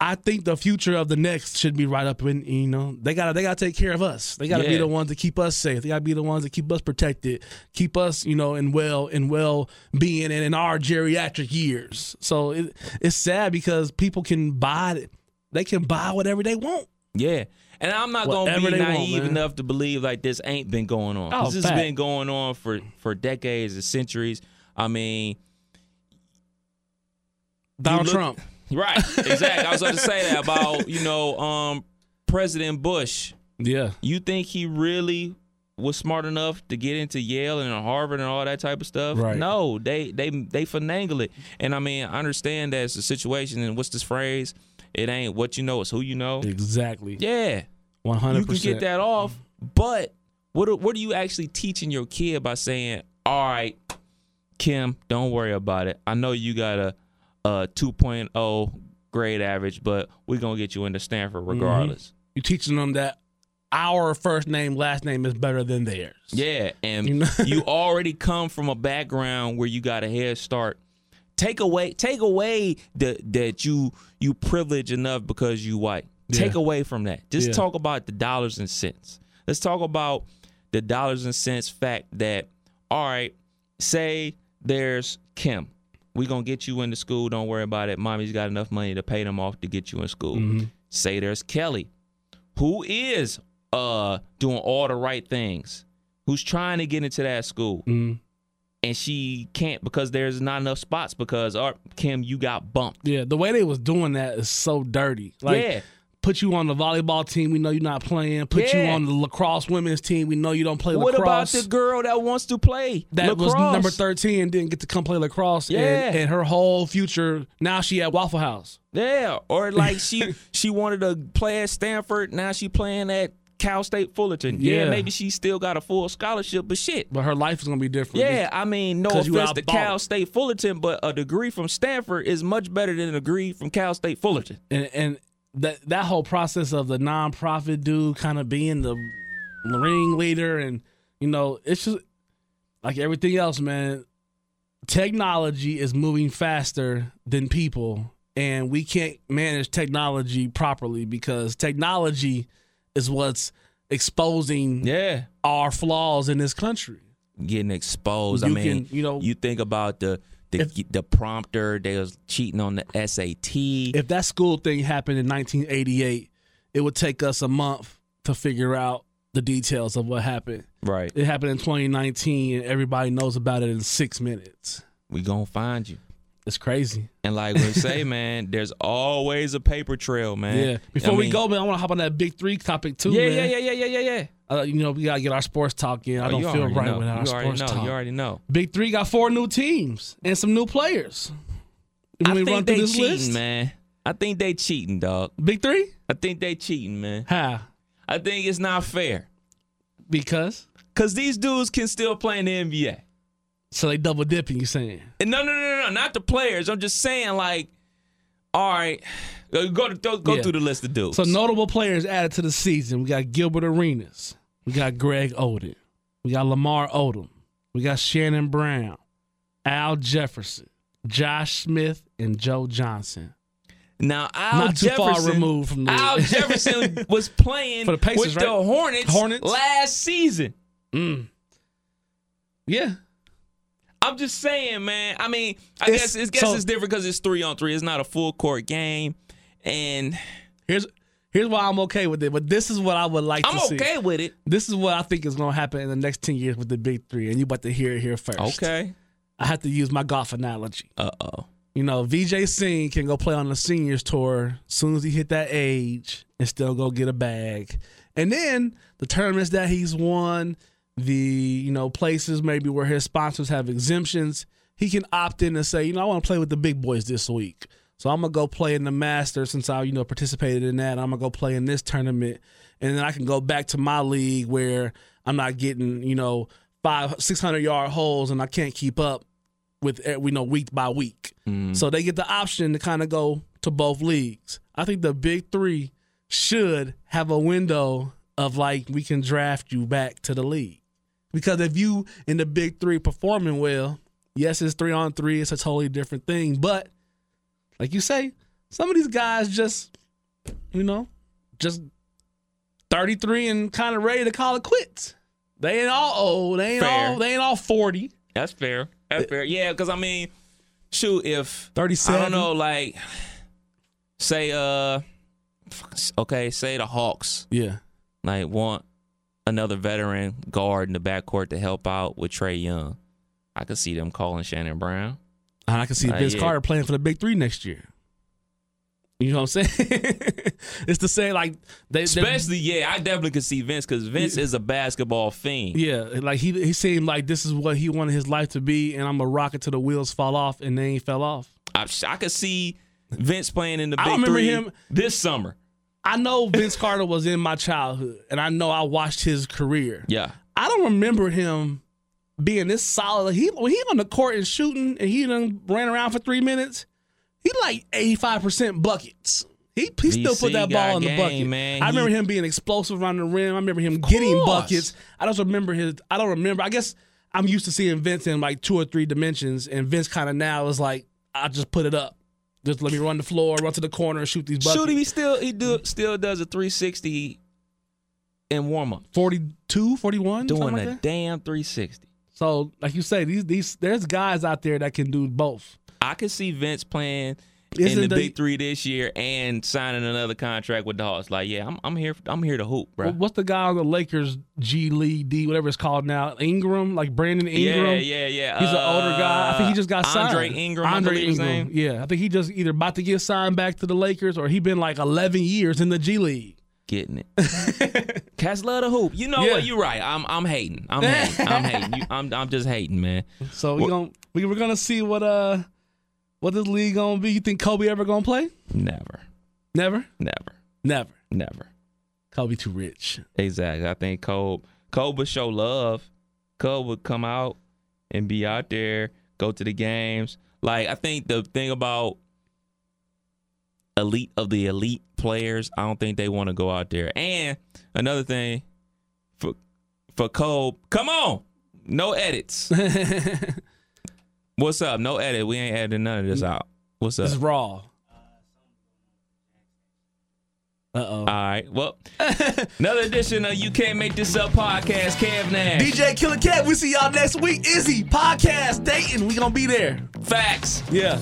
H: I think the future of the next should be right up in you know they gotta they gotta take care of us. They gotta be
E: Yeah.
H: the ones that keep us safe. They gotta be the ones that keep us protected, keep us you know in well in well being and in our geriatric years. So it, it's sad because people can buy They can buy whatever they want.
E: Yeah. And I'm not going to
H: Whatever
E: be
H: they want,
E: naive
H: man.
E: enough to believe like this ain't been going on. 'Cause
D: Oh,
E: this
D: fact.
E: has been going on for for decades and centuries. I mean,
H: Donald
E: look-
H: Trump.
E: right. Exactly. I was about to say that about, you know, um President Bush.
H: Yeah.
E: You think he really was smart enough to get into Yale and Harvard and all that type of stuff?
H: Right.
E: No, they they they finagle it. And I mean, I understand that's the situation and what's this phrase? It ain't what you know, it's who you know.
H: Exactly.
E: Yeah.
H: One
E: you
H: hundred
E: can
H: percent.
E: get that off. But what are, what are you actually teaching your kid by saying, "All right, Kim, don't worry about it. I know you got a, a 2.0 grade average, but we're gonna get you into
H: Mm-hmm.
E: Stanford regardless."
H: You teaching them that our first name, last name is better than theirs.
E: Yeah, and
H: You know?
E: you already come from a background where you got a head start. Take away, take away the that you you privilege enough because you white. Take away from that. Just
H: Yeah.
E: talk about the dollars and cents. Let's talk about the dollars and cents fact that all right, say there's Kim. we gonna get you into school. Don't worry about it. Mommy's got enough money to pay them off to get you in school. Say there's Kelly who is uh doing all the right things, who's trying to get into that school,
H: Mm.
E: and she can't because there's not enough spots because uh, Kim, you got bumped.
H: Yeah, the way they was doing that is so dirty. Like,
E: yeah,
H: put you on the volleyball team, we know you're not playing. Put you
E: Yeah.
H: on the lacrosse women's team, we know you don't play
E: what about
H: lacrosse.
E: the girl that wants to play
H: that was
E: lacrosse?
H: number 13 and didn't get to come play lacrosse and,
E: Yeah.
H: and her whole future now she at waffle house
E: Yeah, or like she she wanted to play at Stanford, now she playing at Cal State Fullerton. Yeah,
H: Yeah.
E: maybe she still got a full scholarship, but shit.
H: but her life is gonna be different
E: Yeah, I mean, no
H: 'Cause you
E: offense to
H: outballed.
E: Cal State Fullerton, but a degree from Stanford is much better than a degree from Cal State Fullerton.
H: and, and that that whole process of the nonprofit dude kind of being the ringleader and you know it's just like everything else man technology is moving faster than people and we can't manage technology properly because technology is what's exposing
E: Yeah.
H: our flaws in this country
E: getting exposed.
H: You
E: I mean,
H: can- you know-
E: you think about the the, the prompter. They was cheating on the SAT.
H: if that school thing happened in 1988, it would take us a month to figure out the details of what happened.
E: right,
H: It happened in 2019, and everybody knows about it in six minutes.
E: we gonna find you.
H: It's crazy.
E: And like we say, man, there's always a paper trail, man.
H: Yeah. Before
E: I
H: we
E: mean-
H: go, man, I want to hop on that big three topic too.
E: yeah,
H: man.
E: yeah, yeah, yeah, yeah, yeah, yeah.
H: Uh, you know, we gotta get our sports talk in. I
E: Oh,
H: don't
E: you
H: feel
E: already
H: right
E: know.
H: without our
E: You already
H: sports
E: know.
H: talk.
E: You already know.
H: big three got four new teams and some new players. When
E: I
H: we
E: think
H: run through
E: they
H: this
E: cheating,
H: list,
E: man. I think they cheating, dog.
H: big three,
E: I think they cheating, man.
H: how?
E: I think it's not fair
H: Because
E: because these dudes can still play in the NBA.
H: so they double dipping. You saying?
E: And no, no, no, no, no, not the players. I'm just saying, like, all right, go go, go
H: Yeah.
E: through the list of dudes.
H: So notable players added to the season. We got Gilbert Arenas. We got Greg Oden. We got Lamar Odom. We got Shannon Brown, Al Jefferson, Josh Smith, and Joe Johnson.
E: now Al
H: Not too
E: Jefferson,
H: far removed from the-
E: Al Jefferson was playing
H: For the Pacers,
E: with
H: right?
E: the Hornets,
H: Hornets?
E: last season.
H: Yeah.
E: I'm just saying, man. I mean, I
H: It's-
E: guess it's guess
H: so-
E: it's different because it's three on three. It's not a full court game, and
H: Here's here's why I'm okay with it. But this is what I would like
E: I'm
H: to see.
E: okay with it.
H: This is what I think is gonna happen in the next ten years with the big three, and you about to hear it here first.
E: Okay.
H: I have to use my golf analogy.
E: Uh oh.
H: You know, VJ Singh can go play on the seniors tour soon as he hit that age and still go get a bag. And then the tournaments that he's won, the you know places maybe where his sponsors have exemptions, he can opt in and say, you know, I want to play with the big boys this week. So I'm gonna go play in the Masters since I you know participated in that. I'm gonna go play in this tournament, and then I can go back to my league where I'm not getting you know five six hundred yard holes and I can't keep up with eh, we know week by week. So they get the option to kind of go to both leagues. I think the big three should have a window of like we can draft you back to the league because if you in the big three performing well, yes, it's three on three. It's a totally different thing. But like you say, some of these guys just you know just thirty three and kind of ready to call it quits. They ain't all old. They ain't
E: Fair.
H: all. They ain't all forty.
E: That's fair. That's fair. Yeah, because I mean, shoot, if
H: 37.
E: I don't know, like, say, uh, okay, say the Hawks
H: Yeah.
E: like want another veteran guard in the backcourt to help out with Trey Young. I could see them calling Shannon Brown.
H: And Uh-huh, I can see
E: Uh,
H: Vince
E: yeah.
H: Carter playing for the Big Three next year. You know what I'm saying? it's the same like they, they-
E: Especially, yeah, I definitely could see Vince because Vince is a basketball fiend.
H: yeah, like he he seemed like this is what he wanted his life to be, and I'm a rocket till the wheels fall off, and they ain't fell off.
E: I, I could see Vince playing in the
H: I
E: Big
H: remember
E: Three
H: him-
E: this summer.
H: I know Vince Carter was in my childhood, and I know I watched his career.
E: Yeah,
H: I don't remember him being this solid. He when he on the court and shooting, and he done ran around for three minutes. He like eighty five percent buckets. He, he still
E: VC
H: put that
E: got
H: ball in the
E: game,
H: bucket.
E: man.
H: I remember
E: He-
H: him being explosive around the rim. I remember him getting
E: course.
H: buckets. I don't remember his. I don't remember. I guess I'm used to seeing Vince in like two or three dimensions, and Vince kind of now is like, I just put it up. Just let me run the floor, run to the corner, and shoot these buckets.
E: shoot him. He still he do still does a 360 in warm up,
H: 42, 41, something
E: doing
H: like
E: a
H: that.
E: damn 360.
H: So, like you say, these these there's guys out there that can do both.
E: I could see Vince playing in
H: Isn't
E: the,
H: the-
E: Big Three this year and signing another contract with the Hawks. Like, yeah, I'm I'm here. I'm here to hoop, bro.
H: Wh- What's the guy on the Lakers G League D whatever it's called now? Ingram, like Brandon
E: Yeah,
H: Ingram.
E: yeah, yeah.
H: He's an older guy. I think he just got
E: Uh,
H: signed.
E: Andre Ingram. I believe his name.
H: Yeah, I think he just either about to get signed back to the Lakers or he been like 11 years in the G League.
E: Getting it. Cats love the hoop. You know
H: Yeah.
E: what? You're right. I'm I'm hating. I'm hating. I'm hating. You, I'm I'm just hating, man.
H: So we going we, we're gonna see what uh what this league gonna be. You think Kobe ever gonna play?
E: Never,
H: Never,
E: never,
H: never.
E: never.
H: Kobe too rich.
E: Exactly. I think Kobe Kobe would show love. Kobe would come out and be out there, go to the games. Like I think the thing about elite of the elite players, I don't think they want to go out there. And another thing for for Kobe, come on. No edits. What's up? No edit. We ain't editing none of this out. What's up?
H: This is raw. Uh oh.
E: All right. Well, another edition of You Can't Make This Up podcast. Kev Nash.
H: DJ Killer Cat, we see y'all next week. Izzy, podcast, Dayton, we gonna be there.
E: Facts.
H: Yeah.